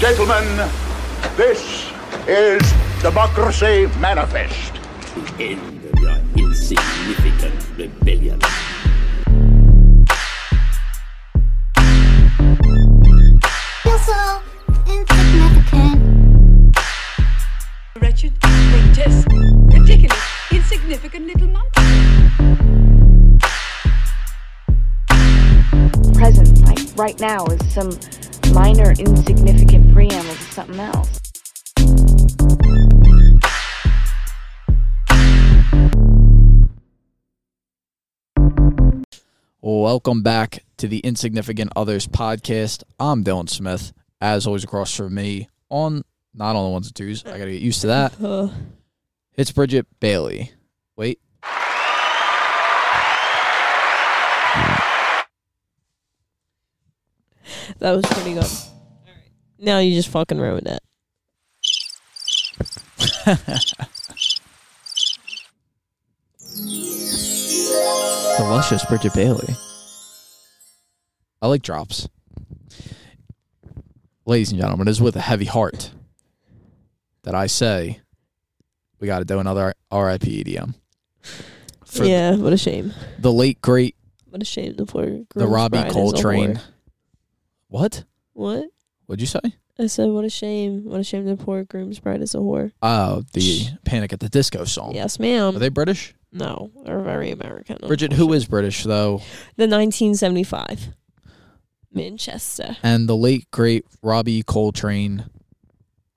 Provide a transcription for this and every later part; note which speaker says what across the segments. Speaker 1: Gentlemen, this is Democracy Manifest.
Speaker 2: The end of your insignificant rebellion.
Speaker 3: You're so insignificant.
Speaker 4: Wretched, grotesque, ridiculous, insignificant little monkey.
Speaker 5: present, like right now, is some minor insignificant preamble to something else.
Speaker 6: Welcome back to the Insignificant Others podcast. I'm Dylan Smith. As always, across from me on not on the ones and twos. I gotta get used to that.
Speaker 7: Uh.
Speaker 6: It's Bridget Bailey. Wait.
Speaker 7: That was pretty good. Now you just fucking ruined it.
Speaker 6: The luscious Bridget Bailey. I like drops. Ladies and gentlemen, it is with a heavy heart that I say we got to do another RIP EDM. E For
Speaker 7: yeah, what a shame.
Speaker 6: the late, great,
Speaker 7: What a shame. The poor girl's
Speaker 6: the Robbie
Speaker 7: bride is a
Speaker 6: Coltrane.
Speaker 7: whore.
Speaker 6: What?
Speaker 7: What?
Speaker 6: What'd you say?
Speaker 7: I said, what a shame. What a shame the poor groom's bride is a whore.
Speaker 6: Oh, the
Speaker 7: Shh.
Speaker 6: Panic at the Disco song.
Speaker 7: Yes,
Speaker 6: Oh. Are
Speaker 7: ma'am.
Speaker 6: they British?
Speaker 7: no, they're very American.
Speaker 6: Bridget, who is British though?
Speaker 7: The 1975. Manchester.
Speaker 6: And the late great Robbie Coltrane.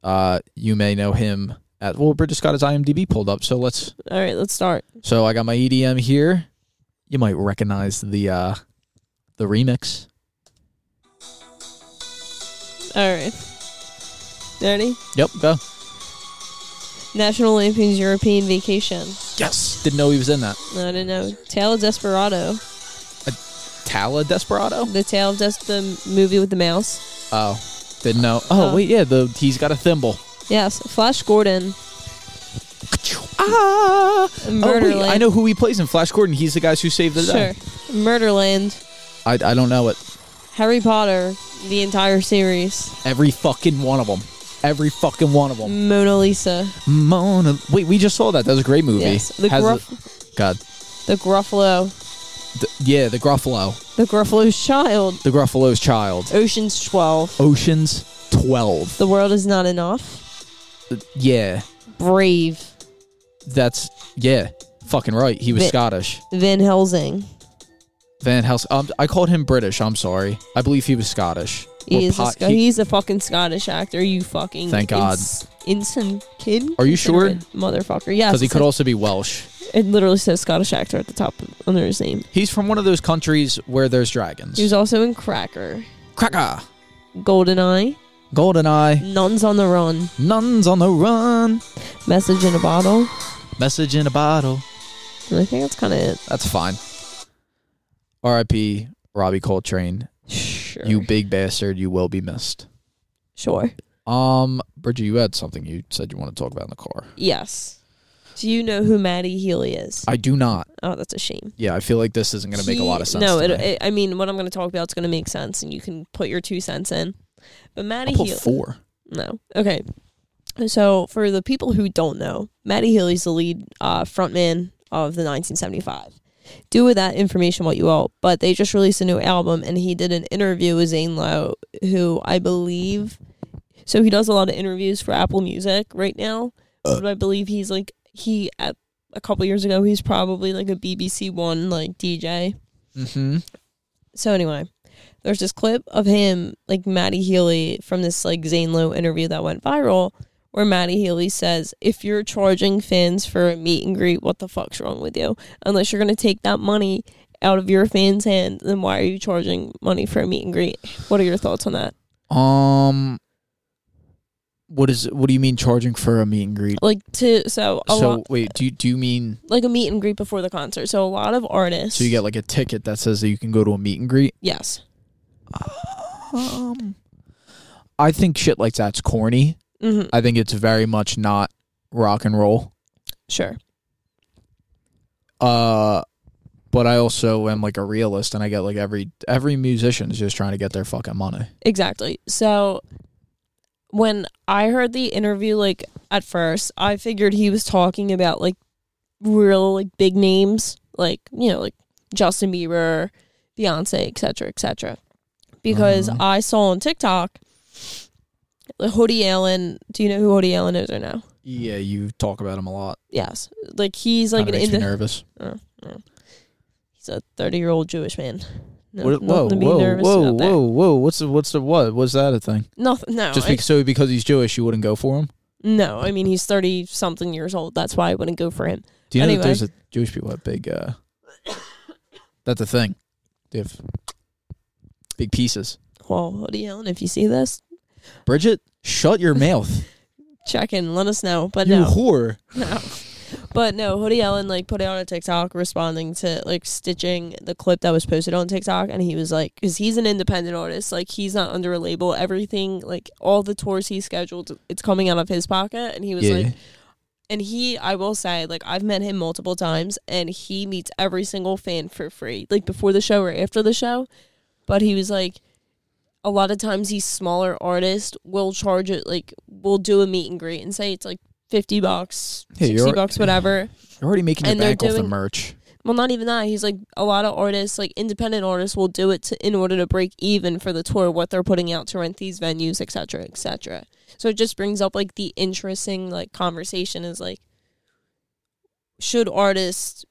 Speaker 6: Uh, you may know him at well, Bridget's got his IMDb pulled up, so let's.
Speaker 7: All right, let's start.
Speaker 6: So I got my EDM here. You might recognize the uh, the remix.
Speaker 7: All right. Ready?
Speaker 6: Yep, go.
Speaker 7: National Lampoon's European Vacation.
Speaker 6: Yes, didn't know he was in that.
Speaker 7: No, I didn't know. Tale of Desperado.
Speaker 6: Tala Desperado.
Speaker 7: The Tale of Des- the movie with the mouse.
Speaker 6: Oh, didn't know. Oh
Speaker 7: Oh.
Speaker 6: wait, yeah, the he's got a thimble.
Speaker 7: Yes, Flash Gordon.
Speaker 6: Ah, oh, wait,
Speaker 7: Murderland.
Speaker 6: I know who he plays in Flash Gordon. He's the guy who saved the
Speaker 7: Sure.
Speaker 6: day.
Speaker 7: Murderland.
Speaker 6: I I don't know it.
Speaker 7: Harry Potter, the entire series.
Speaker 6: Every fucking one of them. Every fucking one of them.
Speaker 7: Mona Lisa.
Speaker 6: Mona. Wait, we just saw that. That was a great movie.
Speaker 7: Yes. The
Speaker 6: Has
Speaker 7: Gruff,
Speaker 6: a- God.
Speaker 7: the Gruffalo,
Speaker 6: The- yeah, the Gruffalo.
Speaker 7: the Gruffalo's child.
Speaker 6: The Gruffalo's child.
Speaker 7: Ocean's Twelve.
Speaker 6: Ocean's 12.
Speaker 7: The world is not enough.
Speaker 6: Yeah,
Speaker 7: Brave.
Speaker 6: that's. Yeah, fucking right. He was
Speaker 7: Vin-
Speaker 6: Scottish.
Speaker 7: Van Helsing.
Speaker 6: Van Helsing. Um, I called him British. I'm sorry. I believe he was Scottish.
Speaker 7: He
Speaker 6: Or
Speaker 7: is a
Speaker 6: pot-
Speaker 7: Sc-
Speaker 6: he-
Speaker 7: he's a fucking Scottish actor. You fucking
Speaker 6: Thank God.
Speaker 7: ins- Instant kid.
Speaker 6: Are you sure?
Speaker 7: Considerate motherfucker? Yeah,
Speaker 6: 'cause he could also be Welsh.
Speaker 7: It literally says Scottish actor at the top under his name.
Speaker 6: He's from one of those countries where there's dragons.
Speaker 7: He was also in Cracker,
Speaker 6: Cracker.
Speaker 7: Goldeneye,
Speaker 6: Goldeneye.
Speaker 7: Nuns on the Run,
Speaker 6: Nuns on the run.
Speaker 7: Message in a Bottle.
Speaker 6: Message in a bottle.
Speaker 7: And I think that's kind of it.
Speaker 6: That's fine. R.I.P. Robbie Coltrane.
Speaker 7: Sure.
Speaker 6: You big bastard. You will be missed.
Speaker 7: sure.
Speaker 6: Um, Bridget, you had something you said you want to talk about in the car.
Speaker 7: Yes. Do you know who Maddie Healy is?
Speaker 6: I do not.
Speaker 7: oh, that's a shame.
Speaker 6: Yeah, I feel like this isn't going to make a
Speaker 7: She-
Speaker 6: lot of sense.
Speaker 7: No,
Speaker 6: to
Speaker 7: it,
Speaker 6: me.
Speaker 7: it, I mean, what I'm going to talk about is going to make sense, and you can put your two cents in. But Maddie
Speaker 6: I'll put
Speaker 7: Healy.
Speaker 6: four.
Speaker 7: No. Okay. So for the people who don't know, Matty Healy's the lead uh, frontman of the 1975. Do with that information what you will, but they just released a new album and he did an interview with Zane Lowe, who I believe, so he does a lot of interviews for Apple Music right now, but I believe he's like, he, at, a couple years ago, he's probably like a BBC One like DJ.
Speaker 6: Mm-hmm.
Speaker 7: So anyway, there's this clip of him, like Maddie Healy from this like Zane Lowe interview that went viral, where Maddie Healy says, "If you're charging fans for a meet and greet, what the fuck's wrong with you? Unless you're gonna take that money out of your fans' hand, then why are you charging money for a meet and greet? What are your thoughts on that?
Speaker 6: Um, what is? What do you mean charging for a meet and greet?
Speaker 7: Like to so a
Speaker 6: so
Speaker 7: lot,
Speaker 6: wait, do you, do you mean
Speaker 7: like a meet and greet before the concert. So a lot of artists.
Speaker 6: so you get like a ticket that says that you can go to a meet and greet?
Speaker 7: yes.
Speaker 6: Um, I think shit like that's corny.
Speaker 7: Mm-hmm.
Speaker 6: I think it's very much not rock and roll.
Speaker 7: Sure.
Speaker 6: Uh, but I also am like a realist, and I get like every every musician is just trying to get their fucking money.
Speaker 7: Exactly. So when I heard the interview, like at first, I figured he was talking about like real like big names, like you know, like Justin Bieber, Beyonce, etc., cetera, etc. Cetera. Because
Speaker 6: Mm-hmm.
Speaker 7: I saw on TikTok, like, Hody Allen. Do you know who Hody Allen is or no?
Speaker 6: Yeah, you talk about him a lot.
Speaker 7: Yes, like he's like
Speaker 6: Kinda
Speaker 7: an
Speaker 6: makes me
Speaker 7: indie-
Speaker 6: nervous.
Speaker 7: he's a thirty year old Jewish man. No,
Speaker 6: What- whoa,
Speaker 7: nothing to be
Speaker 6: whoa,
Speaker 7: nervous
Speaker 6: whoa,
Speaker 7: about that.
Speaker 6: whoa, whoa! What's the what's the what? Was that a thing?
Speaker 7: Nothing. No,
Speaker 6: Just
Speaker 7: I-
Speaker 6: because, so because he's Jewish, you wouldn't go for him.
Speaker 7: no. I mean, he's thirty something years old. That's why I wouldn't go for him.
Speaker 6: Do you know
Speaker 7: Anyway.
Speaker 6: that there's a Jewish people have big? Uh, that's a thing. They have big pieces.
Speaker 7: Well, Hody Allen, if you see this,
Speaker 6: Bridget, shut your mouth,
Speaker 7: check in. Let us know. But
Speaker 6: you
Speaker 7: no,
Speaker 6: whore.
Speaker 7: no. But no, Hoodie Allen like put out a TikTok responding to like stitching the clip that was posted on TikTok, and he was like, because he's an independent artist, like he's not under a label. Everything, like all the tours he scheduled, it's coming out of his pocket, and he was
Speaker 6: Yeah.
Speaker 7: like, and he, I will say, like I've met him multiple times, and he meets every single fan for free, like before the show or after the show. But he was like, a lot of times these smaller artists will charge it, like we'll do a meet and greet and say it's like fifty bucks,
Speaker 6: Yeah, you're-
Speaker 7: sixty bucks, whatever.
Speaker 6: You're already making your
Speaker 7: And they're
Speaker 6: bank off the
Speaker 7: doing-
Speaker 6: merch.
Speaker 7: Well, not even that. He's like a lot of artists, like independent artists, will do it to, in order to break even for the tour, what they're putting out to rent these venues, et cetera, et cetera. So it just brings up like the interesting like conversation is like, should artists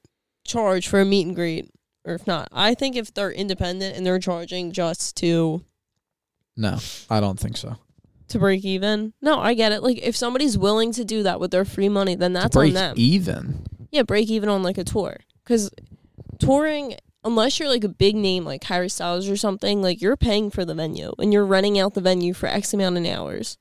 Speaker 7: charge for a meet and greet or if not? I think if they're independent and they're charging just to
Speaker 6: No, I don't think so.
Speaker 7: to break even, no, I get it. Like if somebody's willing to do that with their free money, then that's
Speaker 6: to break e-
Speaker 7: on them.
Speaker 6: even.
Speaker 7: yeah, break even on like a tour. Because touring, unless you're like a big name like Harry Styles or something, like you're paying for the venue and you're renting out the venue for X amount of hours.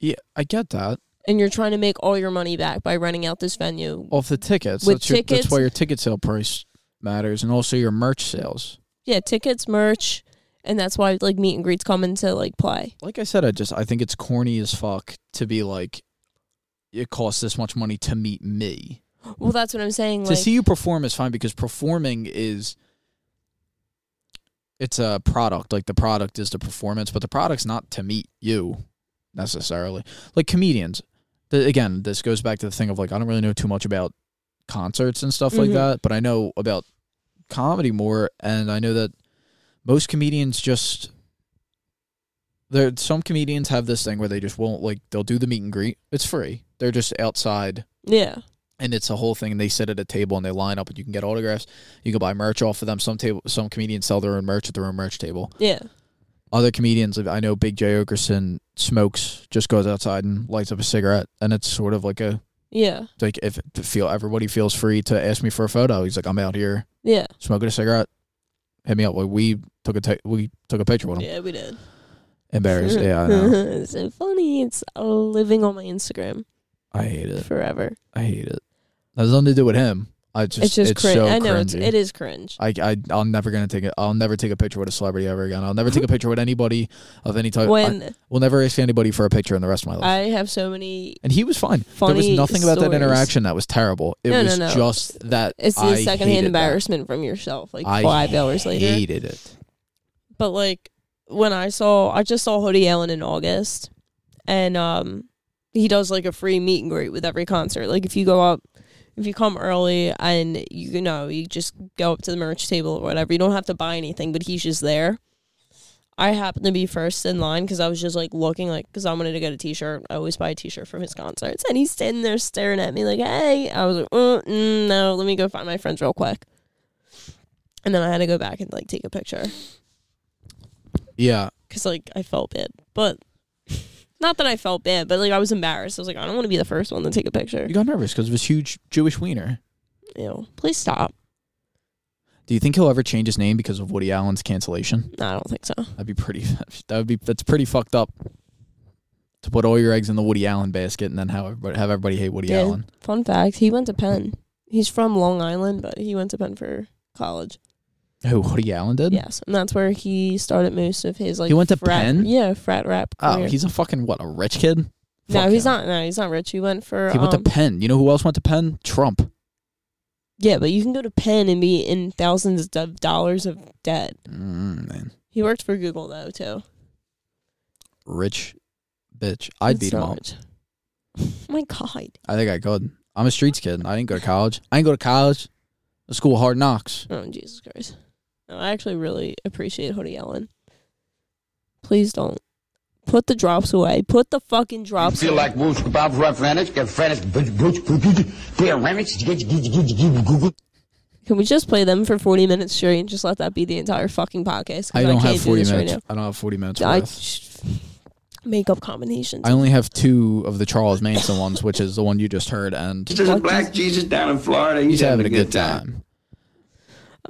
Speaker 6: Yeah, I get that.
Speaker 7: And you're trying to make all your money back by renting out this venue.
Speaker 6: Off the tickets.
Speaker 7: With
Speaker 6: that's, your,
Speaker 7: tickets-
Speaker 6: that's why your ticket sale price matters, and also your merch sales.
Speaker 7: Yeah, tickets, merch, and that's why like meet and greets come into like play.
Speaker 6: Like I said, I just I think it's corny as fuck to be like, it costs this much money to meet me.
Speaker 7: Well, that's what I'm saying.
Speaker 6: to
Speaker 7: like,
Speaker 6: see you perform is fine because performing is it's a product like the product is the performance but the product's not to meet you necessarily like comedians th- again this goes back to the thing of like i don't really know too much about concerts and stuff like
Speaker 7: Mhm.
Speaker 6: that but i know about comedy more and i know that most comedians just there some comedians have this thing where they just won't like they'll do the meet and greet it's free they're just outside
Speaker 7: yeah,
Speaker 6: and it's a whole thing. And they sit at a table and they line up, and you can get autographs. You can buy merch off of them. Some table, some comedians sell their own merch at their own merch table.
Speaker 7: yeah,
Speaker 6: Other comedians, I know, Big J Okerson smokes, just goes outside and lights up a cigarette, and it's sort of like a
Speaker 7: yeah,
Speaker 6: like if to feel everybody feels free to ask me for a photo. He's like, I'm out here
Speaker 7: yeah,
Speaker 6: smoking a cigarette. Hit me up. Like we took a ta- we took a picture with him.
Speaker 7: yeah. We did.
Speaker 6: Embarrassed. Yeah, I know.
Speaker 7: it's so funny. It's living on my Instagram
Speaker 6: I hate it.
Speaker 7: forever.
Speaker 6: I hate it. That has nothing to do with him. I just
Speaker 7: it's just cringe.
Speaker 6: so
Speaker 7: I know it's
Speaker 6: cringy.
Speaker 7: it is cringe.
Speaker 6: I, I I'm never gonna take it. I'll never take a picture with a celebrity ever again. I'll never take a picture with anybody of any type.
Speaker 7: when
Speaker 6: I will never ask anybody for a picture in the rest of my life.
Speaker 7: I have so many.
Speaker 6: and he was fine. There was
Speaker 7: funny
Speaker 6: nothing about that
Speaker 7: stories.
Speaker 6: interaction that was terrible. It
Speaker 7: No, no,
Speaker 6: was
Speaker 7: no.
Speaker 6: just that
Speaker 7: It's the
Speaker 6: I
Speaker 7: secondhand
Speaker 6: hated
Speaker 7: embarrassment from yourself, like
Speaker 6: That. I
Speaker 7: five hours later.
Speaker 6: hated it.
Speaker 7: But like when I saw, I just saw Hody Allen in August, and um, he does like a free meet and greet with every concert. Like if you go up, if you come early, and you know you just go up to the merch table or whatever, you don't have to buy anything, but he's just there. I happened to be first in line because I was just like looking, like because I wanted to get a T-shirt. I always buy a T-shirt from his concerts, and he's standing there staring at me like, "Hey!" I was like, uh mm, "No, let me go find my friends real quick." And then I had to go back and like take a picture
Speaker 6: Yeah,
Speaker 7: because like I felt bad, but not that I felt bad, but like I was embarrassed. I was like, I don't want to be the first one to take a picture.
Speaker 6: you got nervous because of his huge Jewish wiener.
Speaker 7: Ew, please stop.
Speaker 6: Do you think he'll ever change his name because of Woody Allen's cancellation?
Speaker 7: No, I don't think so.
Speaker 6: That'd be pretty. That would be. That's pretty fucked up. To put all your eggs in the Woody Allen basket and then have everybody, have everybody hate Woody
Speaker 7: Yeah.
Speaker 6: Allen.
Speaker 7: Fun fact: He went to Penn. He's from Long Island, but he went to Penn for college.
Speaker 6: Who Woody Allen did?
Speaker 7: Yes, and that's where he started most of his like.
Speaker 6: He went to
Speaker 7: frat,
Speaker 6: Penn?
Speaker 7: Yeah, frat rap.
Speaker 6: Oh,
Speaker 7: career.
Speaker 6: he's a fucking what? A rich kid?
Speaker 7: no,
Speaker 6: Fuck
Speaker 7: he's
Speaker 6: him.
Speaker 7: not. No, he's not rich. He went for.
Speaker 6: He went to
Speaker 7: um,
Speaker 6: Penn. You know who else went to Penn? Trump.
Speaker 7: yeah, but you can go to Penn and be in thousands of dollars of debt.
Speaker 6: Mm, man,
Speaker 7: He worked for Google though too.
Speaker 6: rich bitch. I'd
Speaker 7: That's
Speaker 6: beat him
Speaker 7: not
Speaker 6: up.
Speaker 7: rich. Oh my God.
Speaker 6: I think I could. I'm a streets kid. I didn't go to college. I didn't go to college. The school of hard knocks.
Speaker 7: Oh, Jesus Christ. No, I actually really appreciate Hoodie Allen. Please don't. Put the drops away. Put the fucking drops away.
Speaker 8: like Bruce Bob Ruffanic, French, Bruce, Bruce, Bruce, Bruce,
Speaker 7: Can we just play them for 40 minutes straight and just let that be the entire fucking podcast? 'Cause
Speaker 6: I don't
Speaker 7: can't
Speaker 6: have
Speaker 7: do
Speaker 6: 40
Speaker 7: this
Speaker 6: minutes.
Speaker 7: Right
Speaker 6: I don't have 40 minutes
Speaker 7: now. I
Speaker 6: worth.
Speaker 7: make up combinations.
Speaker 6: I only have two of the Charles Manson ones, which is the one you just heard, and
Speaker 9: There's a black Jesus down in Florida. He's,
Speaker 6: he's having a good time.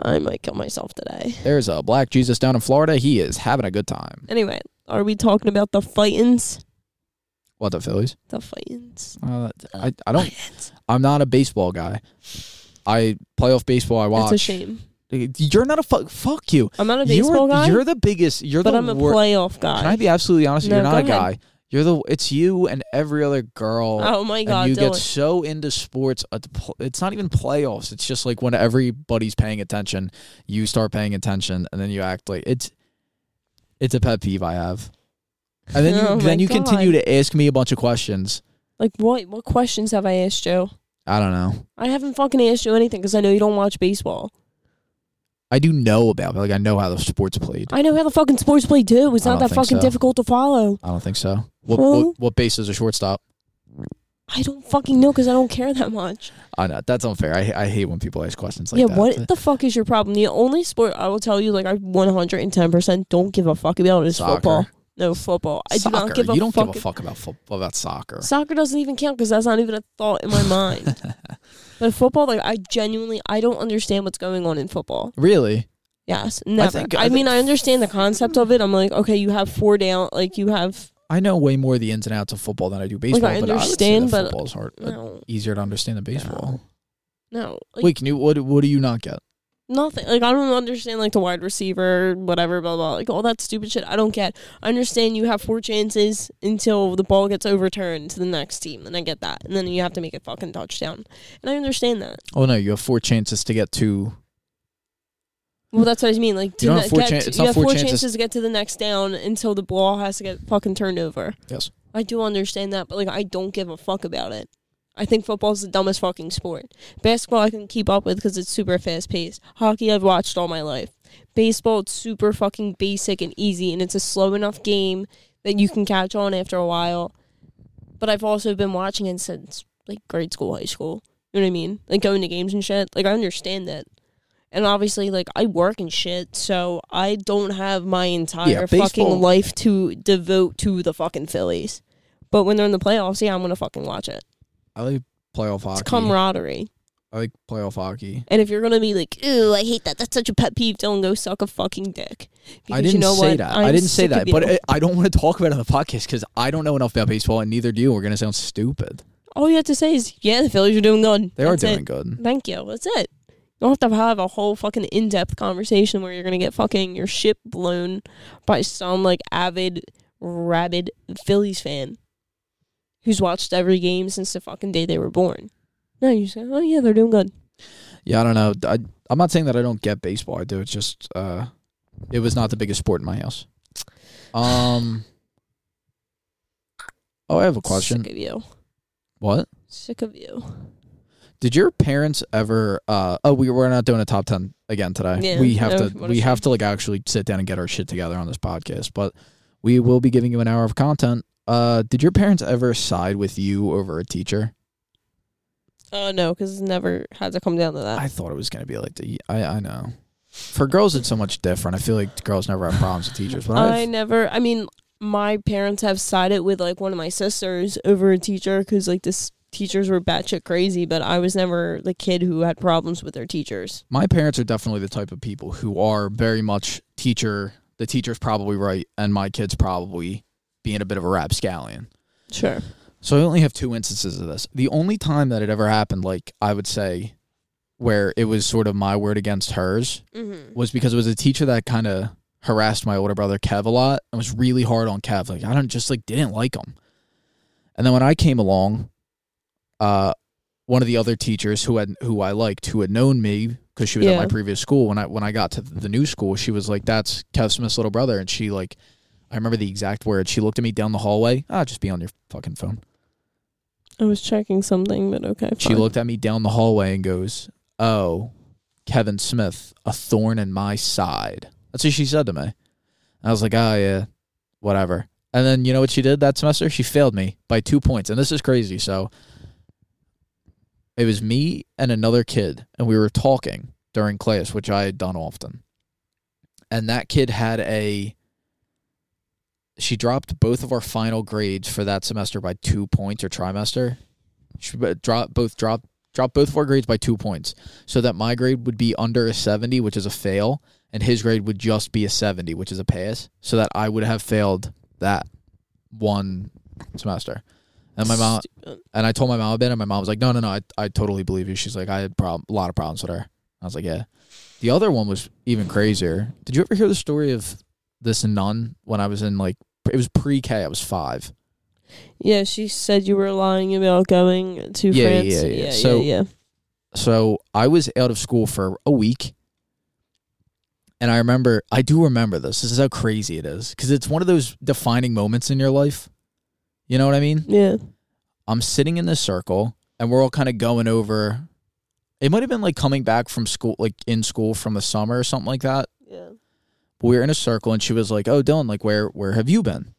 Speaker 7: I might kill myself today.
Speaker 6: There's a black Jesus down in Florida. He is having a good time.
Speaker 7: Anyway, are we talking about the fightins?
Speaker 6: What the Phillies?
Speaker 7: The fightins.
Speaker 6: Uh, I, I don't. I'm not a baseball guy. I playoff baseball. I watch.
Speaker 7: It's a shame.
Speaker 6: You're not a fuck. Fuck you.
Speaker 7: I'm not a
Speaker 6: You're-
Speaker 7: baseball
Speaker 6: you're,
Speaker 7: guy,
Speaker 6: the biggest. You're
Speaker 7: but
Speaker 6: the
Speaker 7: I'm a
Speaker 6: wor-
Speaker 7: playoff guy.
Speaker 6: Can I be absolutely honest?
Speaker 7: No,
Speaker 6: you're not a
Speaker 7: go ahead.
Speaker 6: guy. You're the. It's you and every other girl.
Speaker 7: oh my
Speaker 6: and
Speaker 7: god,
Speaker 6: you
Speaker 7: Dylan.
Speaker 6: get so into sports. at the pl- It's not even playoffs. It's just like when everybody's paying attention, you start paying attention, and then you act like it's. It's a pet peeve I have, and then you
Speaker 7: Oh my
Speaker 6: then you continue
Speaker 7: God.
Speaker 6: to ask me a bunch of questions.
Speaker 7: like what? What questions have I asked you?
Speaker 6: I don't know.
Speaker 7: I haven't fucking asked you anything because I know you don't watch baseball.
Speaker 6: I do know about like I know how the sports played.
Speaker 7: I know how the fucking sports play too. It's
Speaker 6: I
Speaker 7: not
Speaker 6: don't
Speaker 7: that
Speaker 6: think
Speaker 7: fucking
Speaker 6: so.
Speaker 7: difficult to follow.
Speaker 6: I don't think so. What
Speaker 7: Well-
Speaker 6: what, what base is a shortstop?
Speaker 7: I don't fucking know because I don't care that much.
Speaker 6: I know that's unfair. I I hate when people ask questions like
Speaker 7: yeah,
Speaker 6: that.
Speaker 7: what the fuck is your problem? The only sport I will tell you, like I 110% don't give a fuck about is
Speaker 6: Soccer.
Speaker 7: football. No football. I
Speaker 6: soccer.
Speaker 7: do not give a
Speaker 6: you don't
Speaker 7: fuck.
Speaker 6: give a fuck about football about soccer.
Speaker 7: Soccer doesn't even count because that's not even a thought in my mind. but football, like I genuinely, I don't understand what's going on in football.
Speaker 6: Really?
Speaker 7: Yes, never. I,
Speaker 6: think- uh, I
Speaker 7: mean,
Speaker 6: think-
Speaker 7: I understand the concept of it. I'm like, okay, you have four down, like you have.
Speaker 6: I know way more the ins and outs of football than I do baseball.
Speaker 7: I
Speaker 6: but
Speaker 7: understand,
Speaker 6: I would say that
Speaker 7: but-
Speaker 6: football's hard, uh,
Speaker 7: No.
Speaker 6: easier to understand than baseball.
Speaker 7: No, like,
Speaker 6: Wait, can you? What what do you not get?
Speaker 7: nothing. Like I don't understand like the wide receiver, whatever, blah blah, like all that stupid shit. I don't get. I understand you have four chances until the ball gets overturned to the next team, and I get that, and then you have to make a fucking touchdown, and I understand that.
Speaker 6: Oh no, you have four chances to get to.
Speaker 7: Well, that's what I mean. Like, to
Speaker 6: don't
Speaker 7: ne-
Speaker 6: have four
Speaker 7: get
Speaker 6: chan-
Speaker 7: to-
Speaker 6: it's
Speaker 7: you
Speaker 6: not
Speaker 7: have
Speaker 6: four
Speaker 7: four
Speaker 6: chances.
Speaker 7: chances. to get to the next down until the ball has to get fucking turned over.
Speaker 6: Yes.
Speaker 7: I do understand that, but like, I don't give a fuck about it. I think football's the dumbest fucking sport. Basketball, I can keep up with because it's super fast paced. Hockey, I've watched all my life. Baseball, it's super fucking basic and easy, and it's a slow enough game that you can catch on after a while. But I've also been watching it since like grade school, high school. You know what I mean? Like going to games and shit. Like I understand that. And obviously, like I work and shit, so I don't have my entire
Speaker 6: baseball-
Speaker 7: fucking life to devote to the fucking Phillies. But when they're in the playoffs, yeah, I'm gonna fucking watch it.
Speaker 6: I like playoff hockey.
Speaker 7: It's camaraderie.
Speaker 6: I like playoff hockey.
Speaker 7: And if you're gonna be like, "Ew, I hate that. That's such a pet peeve," Dylan, go suck a fucking dick.
Speaker 6: I didn't say that. I
Speaker 7: I'm
Speaker 6: didn't say
Speaker 7: sick
Speaker 6: that.
Speaker 7: of
Speaker 6: But
Speaker 7: you.
Speaker 6: I, I don't want to talk about it on the podcast because I don't know enough about baseball, and neither do you. We're gonna sound stupid.
Speaker 7: all you have to say is, "Yeah, the Phillies are doing good.
Speaker 6: They
Speaker 7: That's
Speaker 6: are
Speaker 7: it.
Speaker 6: doing good.
Speaker 7: Thank you. That's it. You don't have to have a whole fucking in depth conversation where you're gonna get fucking your ship blown by some like avid, rabid Phillies fan who's watched every game since the fucking day they were born. No, you say, oh yeah, they're doing good.
Speaker 6: Yeah, I don't know. I, I'm not saying that I don't get baseball. I do. It's just uh, it was not the biggest sport in my house. Um. Oh, I have a question.
Speaker 7: Sick of you.
Speaker 6: What
Speaker 7: Sick of you.
Speaker 6: did your parents ever? Uh, oh, we we're not doing a top ten again today.
Speaker 7: Yeah,
Speaker 6: we have
Speaker 7: no,
Speaker 6: to.
Speaker 7: what
Speaker 6: We
Speaker 7: is-
Speaker 6: have to like actually sit down and get our shit together on this podcast. But we will be giving you an hour of content. Uh, did your parents ever side with you over a teacher?
Speaker 7: Oh no, because it's never had to come down to that.
Speaker 6: I thought it was going to be like the. I, I know. For girls, it's so much different. I feel like girls never have problems with teachers. But
Speaker 7: I
Speaker 6: I've-
Speaker 7: never. I mean, my parents have sided with like one of my sisters over a teacher because like this teachers were batshit crazy, but I was never the kid who had problems with their teachers.
Speaker 6: my parents are definitely the type of people who are very much teacher. The teacher's probably right, and my kid's probably being a bit of a rapscallion.
Speaker 7: Sure.
Speaker 6: So I only have two instances of this. The only time that it ever happened, like I would say, where it was sort of my word against hers,
Speaker 7: Mm-hmm.
Speaker 6: was because it was a teacher that kind of harassed my older brother Kev a lot and was really hard on Kev. Like I don't just like didn't like him. And then when I came along, uh, one of the other teachers who had who I liked who had known me because she was at
Speaker 7: Yeah.
Speaker 6: my previous school when I when I got to the new school, she was like, "That's Kev Smith's little brother," and she like I remember the exact words. She looked at me down the hallway. Ah, just be on your fucking phone.
Speaker 7: I was checking something, but okay.
Speaker 6: She
Speaker 7: fine.
Speaker 6: looked at me down the hallway and goes, "Oh, Kevin Smith, a thorn in my side." That's what she said to me. I was like, "Oh yeah, whatever." And then you know what she did that semester? She failed me by two points, and this is crazy. So it was me and another kid, and we were talking during class, which I had done often. And that kid had a. She dropped both of our final grades for that semester by two points or trimester. She b- dropped both drop dropped both of our grades by two points, so that my grade would be under a seventy, which is a fail, and his grade would just be a seventy, which is a pass. So that I would have failed that one semester. And my mom
Speaker 7: Stupid.
Speaker 6: and I told my mom about it, and my mom was like, "No, no, no, I, I totally believe you." She's like, "I had prob- a lot of problems with her." I was like, "Yeah." The other one was even crazier. Did you ever hear the story of this nun when I was in like it was pre-K? I was five.
Speaker 7: Yeah, she said you were lying about going to
Speaker 6: Yeah,
Speaker 7: France.
Speaker 6: yeah, yeah.
Speaker 7: yeah,
Speaker 6: So-
Speaker 7: yeah.
Speaker 6: so I was out of school for a week. And I remember, I do remember this. This is how crazy it is because it's one of those defining moments in your life. You know what I mean?
Speaker 7: Yeah.
Speaker 6: I'm sitting in this circle and we're all kind of going over. It might have been like coming back from school, like in school from the summer or something like that
Speaker 7: Yeah.
Speaker 6: we were in a circle and she was like, Oh, Dylan, like where where have you been?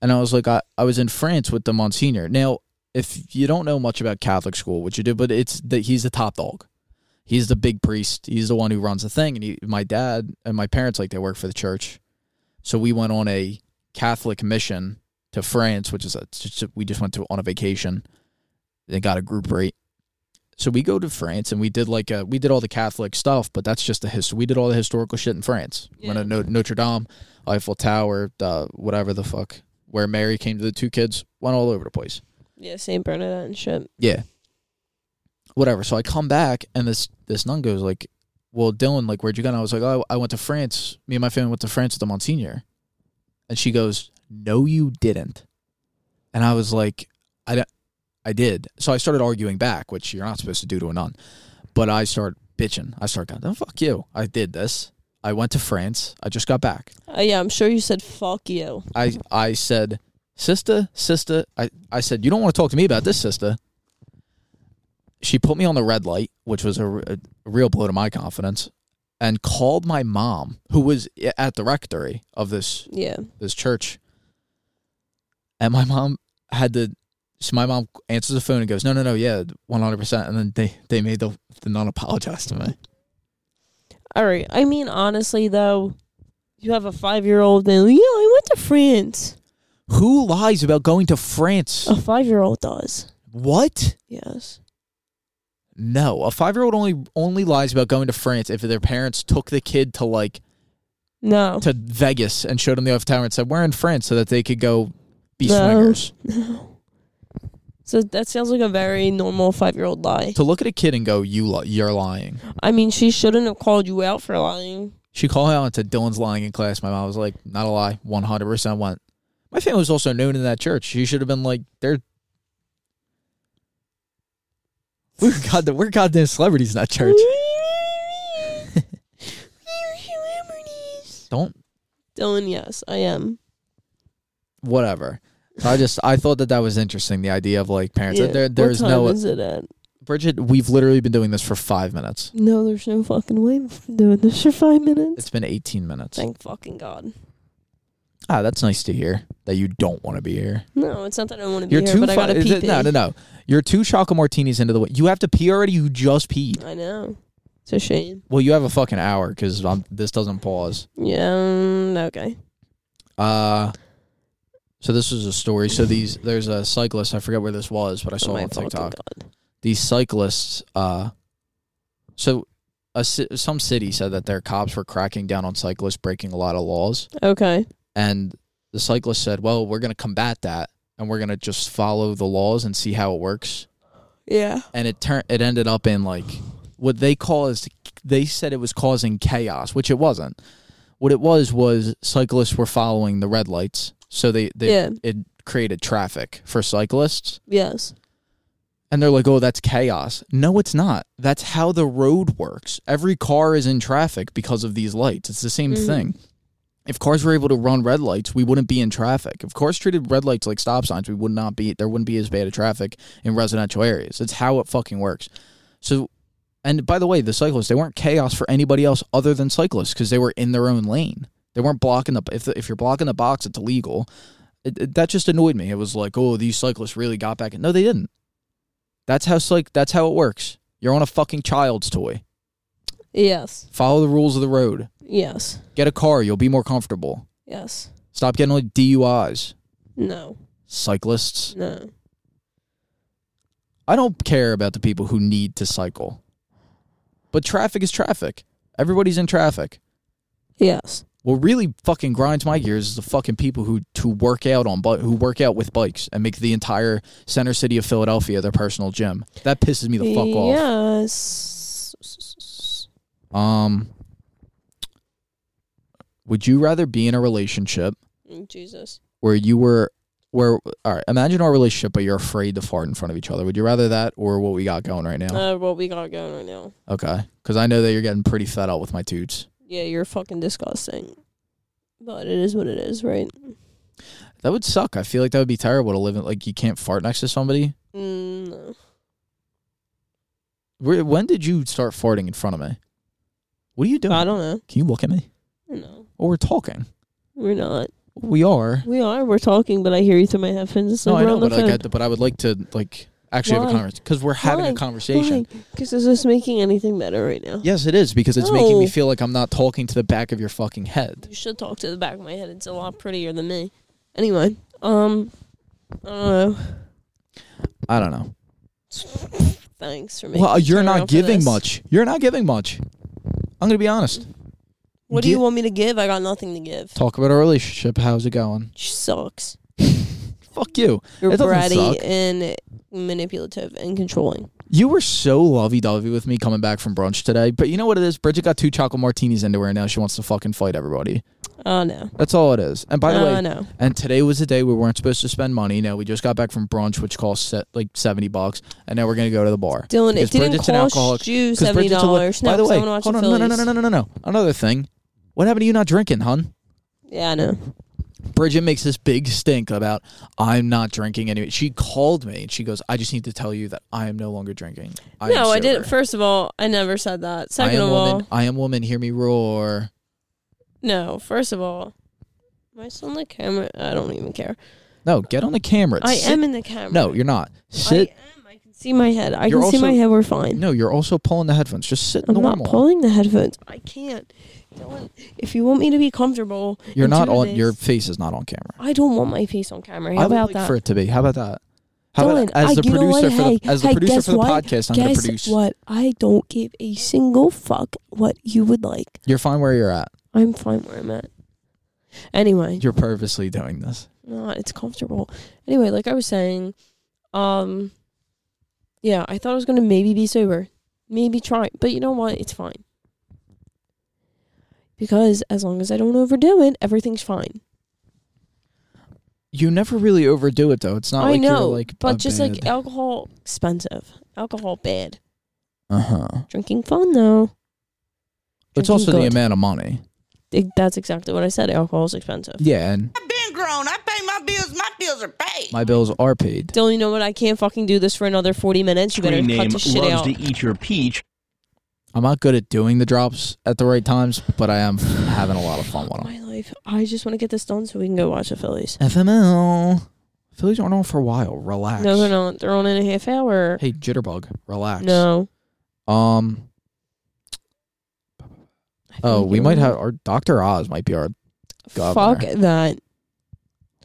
Speaker 6: And I was like, I, I was in France with the Monsignor. Now, if you don't know much about Catholic school, which you do, but it's that he's the top dog. He's the big priest. He's the one who runs the thing. And he, my dad and my parents, like, they work for the church. So we went on a Catholic mission to France, which is a, it's just- we just went to on a vacation. They got a group rate. So we go to France and we did like a, we did all the Catholic stuff, but that's just the history. We did all the historical shit in France. Went to No- Notre Dame, Eiffel Tower, uh, whatever the fuck, where Mary came to the two kids. Went all over the place.
Speaker 7: Yeah, Saint Bernadette and shit.
Speaker 6: Yeah. Whatever. So I come back and this this nun goes like, "Well, Dylan, like, where'd you go?" And I was like, "Oh, I went to France. Me and my family went to France with the Monsignor." And she goes, "No, you didn't." And I was like, "I don't, I did." So I started arguing back, which you're not supposed to do to a nun. But I start bitching. I start going, "Oh, fuck you! I did this. I went to France. I just got back."
Speaker 7: Uh, yeah, I'm sure you said fuck you.
Speaker 6: I I said, "Sister, sister," I I said, "You don't want to talk to me about this, sister." She put me on the red light, which was a, r- a real blow to my confidence, and called my mom, who was i- at the rectory of this
Speaker 7: Yeah.
Speaker 6: this church. And my mom had to. So my mom answers the phone and goes, "No, no, no, yeah, one hundred percent." And then they they made the the non apologize to me.
Speaker 7: All right. I mean, honestly though, you have a five year old and yeah, I went to France.
Speaker 6: Who lies about going to France?
Speaker 7: A five year old does.
Speaker 6: What?
Speaker 7: Yes.
Speaker 6: No, a five year old only only lies about going to France if their parents took the kid to like
Speaker 7: No.
Speaker 6: to Vegas and showed him the Eiffel Tower and said we're in France so that they could go be
Speaker 7: No.
Speaker 6: swingers.
Speaker 7: So that sounds like a very normal five year old lie.
Speaker 6: To look at a kid and go you li- you're lying.
Speaker 7: I mean, she shouldn't have called you out for lying.
Speaker 6: She called out and said Dylan's lying in class. My mom was like not a lie, one hundred percent went. My family was also known in that church. She should have been like they're. We're goddamn, we're goddamn celebrities in that church. Don't
Speaker 7: Dylan, yes, I am.
Speaker 6: whatever. So I just I thought that that was interesting. The idea of like parents.
Speaker 7: Yeah.
Speaker 6: There,
Speaker 7: what
Speaker 6: there's
Speaker 7: time
Speaker 6: no
Speaker 7: is it at?
Speaker 6: Bridget. We've literally been doing this for five minutes.
Speaker 7: No, there's no fucking way I'm doing this for five minutes.
Speaker 6: It's been 18 minutes.
Speaker 7: Thank fucking God.
Speaker 6: Ah, that's nice to hear that you don't want to be here.
Speaker 7: No, it's not that I want to be
Speaker 6: You're
Speaker 7: here,
Speaker 6: two.
Speaker 7: but I
Speaker 6: fu-
Speaker 7: gotta
Speaker 6: is
Speaker 7: pee.
Speaker 6: it- no, no, no. You're two chocolate martinis into the way. You have to pee already. You just peed.
Speaker 7: I know. It's a shame.
Speaker 6: Well, you have a fucking hour because this doesn't pause.
Speaker 7: Yeah. mm, Okay.
Speaker 6: Uh, so this is a story. So these there's a cyclist. I forget where this was, but I saw it
Speaker 7: Oh my
Speaker 6: on
Speaker 7: fucking
Speaker 6: TikTok.
Speaker 7: God.
Speaker 6: these cyclists uh so a, ci- some city said that their cops were cracking down on cyclists breaking a lot of laws
Speaker 7: Okay.
Speaker 6: and the cyclist said well we're going to combat that and we're going to just follow the laws and see how it works
Speaker 7: Yeah.
Speaker 6: and it turned it ended up in like what they caused they said it was causing chaos which it wasn't what it was was cyclists were following the red lights so they, they
Speaker 7: Yeah.
Speaker 6: it created traffic for cyclists
Speaker 7: Yes.
Speaker 6: and they're like, oh, that's chaos. No, it's not. That's how the road works. Every car is in traffic because of these lights. It's the same thing. If cars were able to run red lights, we wouldn't be in traffic. If cars treated red lights like stop signs, we would not be there wouldn't be as bad a traffic in residential areas. It's how it fucking works. So and by the way, the cyclists, they weren't chaos for anybody else other than cyclists because they were in their own lane. They weren't blocking the if if you're blocking the box, it's illegal. It, it- that just annoyed me. It was like, "Oh, these cyclists really got back." in- No, they didn't. That's how like that's how it works. You're on a fucking child's toy.
Speaker 7: Yes.
Speaker 6: Follow the rules of the road.
Speaker 7: Yes.
Speaker 6: Get a car, you'll be more comfortable.
Speaker 7: Yes.
Speaker 6: Stop getting like DUIs.
Speaker 7: No.
Speaker 6: Cyclists.
Speaker 7: No.
Speaker 6: I don't care about the people who need to cycle. But traffic is traffic. Everybody's in traffic.
Speaker 7: Yes.
Speaker 6: What really fucking grinds my gears is the fucking people who to work out on bi- who work out with bikes and make the entire center city of Philadelphia their personal gym. That pisses me the fuck off.
Speaker 7: Yes.
Speaker 6: Um Would you rather be in a relationship
Speaker 7: Jesus.
Speaker 6: where you were where all right, imagine our relationship but you're afraid to fart in front of each other. Would you rather that or what we got going right now?
Speaker 7: Uh, what we got going right now?
Speaker 6: Okay. Because I know that you're getting pretty fed up with my toots.
Speaker 7: Yeah, you're fucking disgusting. But it is what it is, right?
Speaker 6: That would suck. I feel like that would be terrible to live in. Like, you can't fart next to somebody.
Speaker 7: Mm, no.
Speaker 6: Where, when did you start farting in front of me? What are you doing?
Speaker 7: I don't know.
Speaker 6: Can you look at me?
Speaker 7: No,
Speaker 6: Well, we're talking.
Speaker 7: we're not.
Speaker 6: We are.
Speaker 7: We are. We're talking, but I hear you through my headphones. It's
Speaker 6: No,
Speaker 7: like
Speaker 6: I
Speaker 7: we're
Speaker 6: know,
Speaker 7: on the
Speaker 6: but like, I,
Speaker 7: phone.
Speaker 6: but I would like to like actually have a
Speaker 7: Why?
Speaker 6: conversation because we're having
Speaker 7: Why?
Speaker 6: a conversation.
Speaker 7: Because is this making anything better right now?
Speaker 6: Yes, it is because it's making me
Speaker 7: No.
Speaker 6: feel like I'm not talking to the back of your fucking head.
Speaker 7: You should talk to the back of my head. It's a lot prettier than me. Anyway, um, uh, I don't know.
Speaker 6: I don't know.
Speaker 7: Thanks for making.
Speaker 6: Well,
Speaker 7: me
Speaker 6: you're
Speaker 7: turn
Speaker 6: not
Speaker 7: around for
Speaker 6: giving
Speaker 7: this.
Speaker 6: much. You're not giving much. I'm gonna be honest.
Speaker 7: What do you
Speaker 6: Gi-
Speaker 7: want me to give? I got nothing to give.
Speaker 6: Talk about our relationship. How's it going?
Speaker 7: She sucks.
Speaker 6: Fuck you.
Speaker 7: You're
Speaker 6: It doesn't
Speaker 7: bratty
Speaker 6: suck.
Speaker 7: and manipulative and controlling.
Speaker 6: You were so lovey dovey with me coming back from brunch today, but you know what it is? Bridget got two chocolate martinis into her and now she wants to fucking fight everybody.
Speaker 7: Oh no.
Speaker 6: That's all it is. And by the
Speaker 7: Oh,
Speaker 6: way,
Speaker 7: I know.
Speaker 6: and today was the day we weren't supposed to spend money. Now we just got back from brunch, which cost se- like seventy bucks, and now we're gonna go to the bar.
Speaker 7: Dylan, it
Speaker 6: Because
Speaker 7: didn't
Speaker 6: Bridget's an
Speaker 7: cost
Speaker 6: alcoholic.
Speaker 7: you
Speaker 6: 'Cause Bridget's a li-
Speaker 7: $70.
Speaker 6: By
Speaker 7: No,
Speaker 6: the
Speaker 7: 'cause I
Speaker 6: way,
Speaker 7: wanna watch
Speaker 6: hold
Speaker 7: the
Speaker 6: on, no, no, no, no,
Speaker 7: Phillies.
Speaker 6: no, no, no. Another thing. What happened to you not drinking, hun?
Speaker 7: Yeah, I know.
Speaker 6: Bridget makes this big stink about I'm not drinking anyway. She called me and she goes, "I just need to tell you that I am no longer drinking." I am
Speaker 7: no, I
Speaker 6: sober."
Speaker 7: didn't. First of all, I never said that.
Speaker 6: I
Speaker 7: Second
Speaker 6: am
Speaker 7: of all,
Speaker 6: woman. I am woman. Hear me roar.
Speaker 7: no. First of all, am I still in the camera? I don't even care.
Speaker 6: No, get on the camera.
Speaker 7: I
Speaker 6: Sit-
Speaker 7: am in the camera.
Speaker 6: No, you're not. Sit.
Speaker 7: I am. I can see my head. I
Speaker 6: You're
Speaker 7: can see
Speaker 6: also-
Speaker 7: my head. We're fine.
Speaker 6: No, you're also pulling the headphones. Just sit
Speaker 7: I'm
Speaker 6: normal.
Speaker 7: not pulling the headphones. I can't. Dylan, if you want me to be comfortable,
Speaker 6: you're
Speaker 7: and
Speaker 6: not
Speaker 7: do
Speaker 6: on.
Speaker 7: this-
Speaker 6: Your face is not on camera.
Speaker 7: I don't want my face on camera. How
Speaker 6: I would
Speaker 7: about
Speaker 6: like
Speaker 7: that?
Speaker 6: for it to be. How about that? How
Speaker 7: Dylan,
Speaker 6: about as
Speaker 7: I,
Speaker 6: the
Speaker 7: you know
Speaker 6: producer
Speaker 7: what?
Speaker 6: for
Speaker 7: hey,
Speaker 6: the as the
Speaker 7: hey,
Speaker 6: producer
Speaker 7: guess
Speaker 6: for the
Speaker 7: what?
Speaker 6: podcast? I'm
Speaker 7: guess
Speaker 6: gonna produce.
Speaker 7: what? I don't give a single fuck what you would like.
Speaker 6: You're fine where you're at.
Speaker 7: I'm fine where I'm at. Anyway,
Speaker 6: You're purposely doing this.
Speaker 7: not it's comfortable. Anyway, like I was saying, um, yeah, I thought I was gonna maybe be sober, maybe try, but you know what? It's fine because as long as I don't overdo it, everything's fine.
Speaker 6: You never really overdo it though. It's not
Speaker 7: I
Speaker 6: like
Speaker 7: know,
Speaker 6: you're like
Speaker 7: but just like alcohol, expensive. Alcohol bad.
Speaker 6: uh huh.
Speaker 7: Drinking fun though.
Speaker 6: It's
Speaker 7: Uh-huh. Drinking
Speaker 6: also the
Speaker 7: good.
Speaker 6: amount of money.
Speaker 7: It- that's exactly what I said. Alcohol is expensive.
Speaker 6: Yeah, and
Speaker 10: been grown. I pay my bills. My bills are paid.
Speaker 6: my bills are paid.
Speaker 7: Dylan, you know what? I can't fucking do this for another forty minutes. You better cut this shit out.
Speaker 2: eat your peach.
Speaker 6: I'm not good at doing the drops at the right times, but I am having a lot of fun with them.
Speaker 7: Oh, My life. I just want to get this done so we can go watch the Phillies.
Speaker 6: FML. Phillies aren't on for a while. Relax.
Speaker 7: No, they're not. They're on in a half hour.
Speaker 6: Hey, Jitterbug, relax.
Speaker 7: No.
Speaker 6: Um.
Speaker 7: I feel
Speaker 6: Oh,
Speaker 7: like
Speaker 6: we
Speaker 7: you're
Speaker 6: might
Speaker 7: right.
Speaker 6: have our Doctor Oz might be our.
Speaker 7: Fuck
Speaker 6: governor.
Speaker 7: that.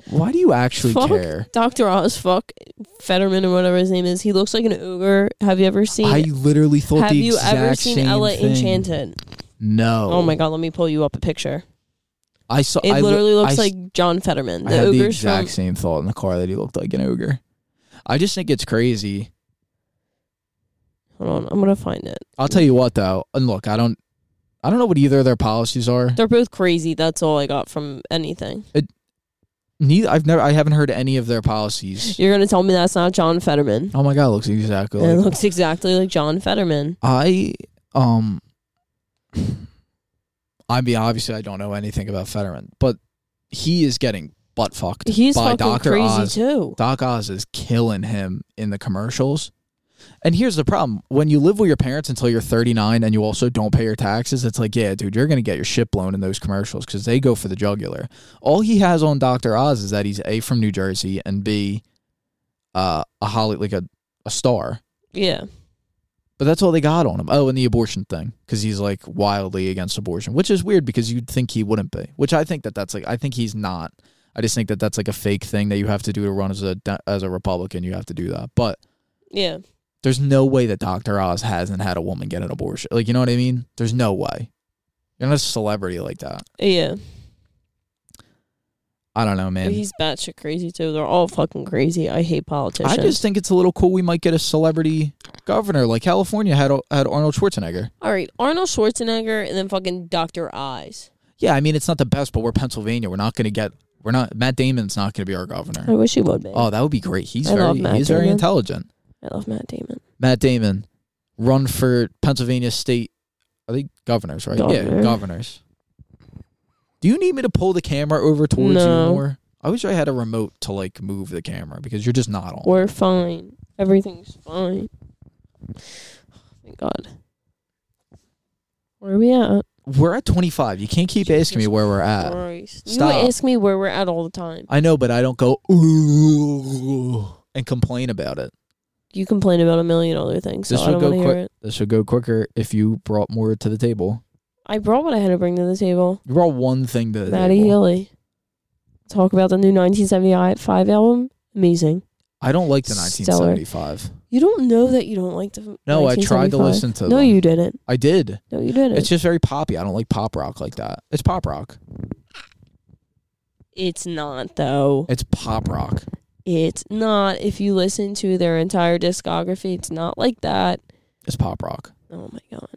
Speaker 6: Why do you actually
Speaker 7: Fuck
Speaker 6: care?
Speaker 7: Dr. Oz, fuck Fetterman or whatever his name is. He looks like an ogre. Have you ever seen
Speaker 6: I literally thought
Speaker 7: Have
Speaker 6: the
Speaker 7: you
Speaker 6: exact
Speaker 7: ever seen
Speaker 6: same
Speaker 7: Ella
Speaker 6: thing.
Speaker 7: Enchanted?
Speaker 6: No.
Speaker 7: Oh my god, let me pull you up a picture.
Speaker 6: I saw.
Speaker 7: It
Speaker 6: I li-
Speaker 7: literally
Speaker 6: I
Speaker 7: looks
Speaker 6: s-
Speaker 7: like John Fetterman.
Speaker 6: I
Speaker 7: The
Speaker 6: had the
Speaker 7: ogre's
Speaker 6: exact
Speaker 7: from
Speaker 6: same thought in the car that he looked like an ogre. I just think it's crazy.
Speaker 7: Hold on, I'm gonna find it.
Speaker 6: I'll tell you what though, and look, I don't, I don't know what either of their policies are.
Speaker 7: They're both crazy. That's all I got from anything.
Speaker 6: Neither, I've never, I haven't heard any of their policies.
Speaker 7: You're gonna tell me that's not John Fetterman.
Speaker 6: Oh my god, it looks exactly.
Speaker 7: it
Speaker 6: like
Speaker 7: looks exactly like John Fetterman.
Speaker 6: I um I mean, obviously, I don't know anything about Fetterman, but he is getting butt fucked
Speaker 7: He's
Speaker 6: by
Speaker 7: fucking
Speaker 6: Doctor
Speaker 7: crazy
Speaker 6: Oz.
Speaker 7: too.
Speaker 6: Doc Oz is killing him in the commercials. And here's the problem: when you live with your parents until you're 39, and you also don't pay your taxes, it's like, yeah, dude, you're gonna get your shit blown in those commercials because they go for the jugular. All he has on Doctor Oz is that he's a from New Jersey and b uh, a Holly like a, a star.
Speaker 7: Yeah.
Speaker 6: But that's all they got on him. Oh, and the abortion thing, because he's like wildly against abortion, which is weird because you'd think he wouldn't be. Which I think that that's like I think he's not. I just think that that's like a fake thing that you have to do to run as a de- as a Republican. You have to do that. But
Speaker 7: Yeah.
Speaker 6: there's no way that Doctor Oz hasn't had a woman get an abortion. Like you know what I mean? There's no way. You're not a celebrity like that.
Speaker 7: Yeah.
Speaker 6: I don't know, man.
Speaker 7: He's batshit crazy too. They're all fucking crazy. I hate
Speaker 6: I
Speaker 7: politicians.
Speaker 6: just think it's a little cool. We might get a celebrity governor like California had had Arnold Schwarzenegger.
Speaker 7: all right, Arnold Schwarzenegger and then fucking Doctor Eyes.
Speaker 6: Yeah, I mean it's not the best, but we're Pennsylvania. We're not going to get. We're not. Matt Damon's not going to be our governor.
Speaker 7: I wish he would be.
Speaker 6: Oh, that would be great. He's
Speaker 7: I love
Speaker 6: very
Speaker 7: Matt
Speaker 6: he's very
Speaker 7: Damon.
Speaker 6: intelligent.
Speaker 7: I love Matt Damon.
Speaker 6: Matt Damon, run for Pennsylvania state. Are they governors, right? Yeah,
Speaker 7: Governor.
Speaker 6: governors. Do you need me to pull the camera over towards
Speaker 7: No.
Speaker 6: you more? I wish I had a remote to like move the camera because you're just not on.
Speaker 7: We're fine. Everything's fine. Thank God. Where are we at?
Speaker 6: We're at 25. You can't keep asking me
Speaker 7: Jesus
Speaker 6: where we're at.
Speaker 7: Christ.
Speaker 6: Uh, Stop.
Speaker 7: You ask me where we're at all the time.
Speaker 6: I know, but I don't go ooh and complain about it.
Speaker 7: You complain about a million other things, so
Speaker 6: This
Speaker 7: I
Speaker 6: would
Speaker 7: don't
Speaker 6: go
Speaker 7: want to hear
Speaker 6: quick.
Speaker 7: it.
Speaker 6: This would go quicker if you brought more to the table.
Speaker 7: I brought what I had to bring to the table.
Speaker 6: You brought one thing to the
Speaker 7: Maddie
Speaker 6: table.
Speaker 7: Healy. Talk about the new 1975 album. Amazing.
Speaker 6: I don't like the
Speaker 7: Stellar.
Speaker 6: 1975.
Speaker 7: You don't know that you don't like the.
Speaker 6: No, I tried to
Speaker 7: 1975.
Speaker 6: listen to
Speaker 7: No,
Speaker 6: them.
Speaker 7: you didn't.
Speaker 6: I did.
Speaker 7: No, you didn't.
Speaker 6: It's just very poppy. I don't like pop rock like that. It's pop rock.
Speaker 7: it's not though.
Speaker 6: It's pop rock.
Speaker 7: It's not. If you listen to their entire discography, it's not like that.
Speaker 6: It's pop rock.
Speaker 7: Oh my god.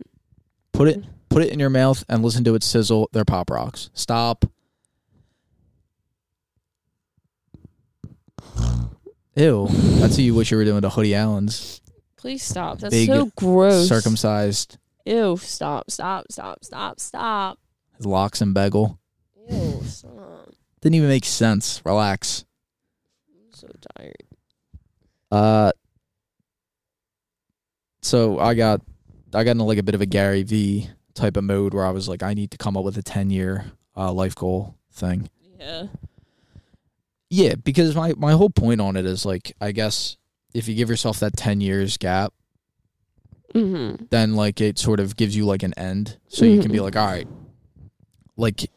Speaker 6: Put it put it in your mouth and listen to it sizzle. They're pop rocks. Stop. Ew. That's what you wish you were doing to Hoodie Allen's
Speaker 7: Please stop. That's
Speaker 6: Big
Speaker 7: so gross.
Speaker 6: circumcised
Speaker 7: Ew, stop, stop, stop, stop, stop.
Speaker 6: locks and bagel.
Speaker 7: Ew, stop.
Speaker 6: Didn't even make sense. Relax.
Speaker 7: I'm so tired.
Speaker 6: Uh so I got I got into like a bit of a Gary V type of mode where I was like, I need to come up with a ten year uh, life goal thing.
Speaker 7: Yeah.
Speaker 6: Yeah, because my my whole point on it is like, I guess if you give yourself that ten years gap,
Speaker 7: Mm-hmm.
Speaker 6: then like it sort of gives you like an end, so you can be like, all right, like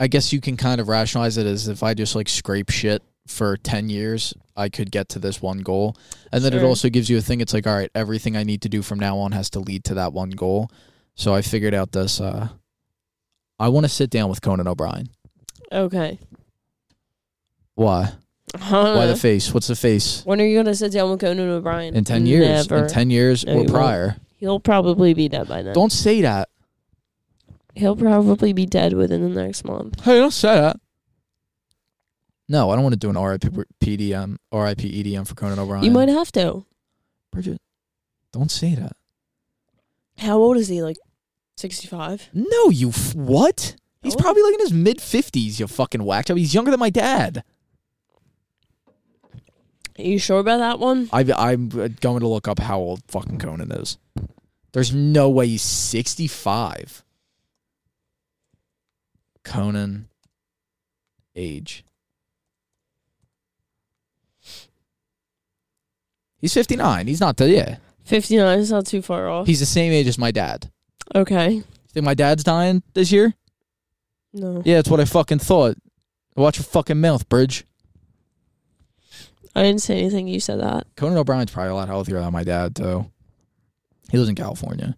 Speaker 6: I guess you can kind of rationalize it as if I just like scrape shit for 10 years, I could get to this one goal. And then it
Speaker 7: Sure.
Speaker 6: also gives you a thing. It's like, all right, everything I need to do from now on has to lead to that one goal. So I figured out this. Uh, I want to sit down with Conan O'Brien.
Speaker 7: Okay.
Speaker 6: Why? Why
Speaker 7: Uh-huh.
Speaker 6: the face? What's the face?
Speaker 7: when are you gonna sit down with Conan O'Brien?
Speaker 6: In 10 years,
Speaker 7: Never.
Speaker 6: in 10 years
Speaker 7: No, you
Speaker 6: or
Speaker 7: won't.
Speaker 6: prior.
Speaker 7: He'll probably be dead by then.
Speaker 6: Don't say that.
Speaker 7: He'll probably be dead within the next month.
Speaker 6: Hey, don't say that. No, I don't want to do an RIP PDM, RIP EDM E for Conan O'Brien.
Speaker 7: You might have to.
Speaker 6: Bridget, don't say that.
Speaker 7: How old is he? Like sixty-five.
Speaker 6: No, you f- what? He's
Speaker 7: Oh.
Speaker 6: probably like in his mid fifties. You fucking whack job. He's younger than my dad.
Speaker 7: Are you sure about that one?
Speaker 6: I, I'm going to look up how old fucking Conan is. There's no way he's sixty five. Conan, age. He's fifty nine. He's not the yeah.
Speaker 7: Fifty-nine is not too far off.
Speaker 6: He's the same age as my dad.
Speaker 7: okay.
Speaker 6: Think my dad's dying this year?
Speaker 7: No.
Speaker 6: Yeah, that's what I fucking thought. Watch your fucking mouth, Bridge.
Speaker 7: I didn't say anything. You said that.
Speaker 6: Conan O'Brien's probably a lot healthier than my dad, though. He lives in California.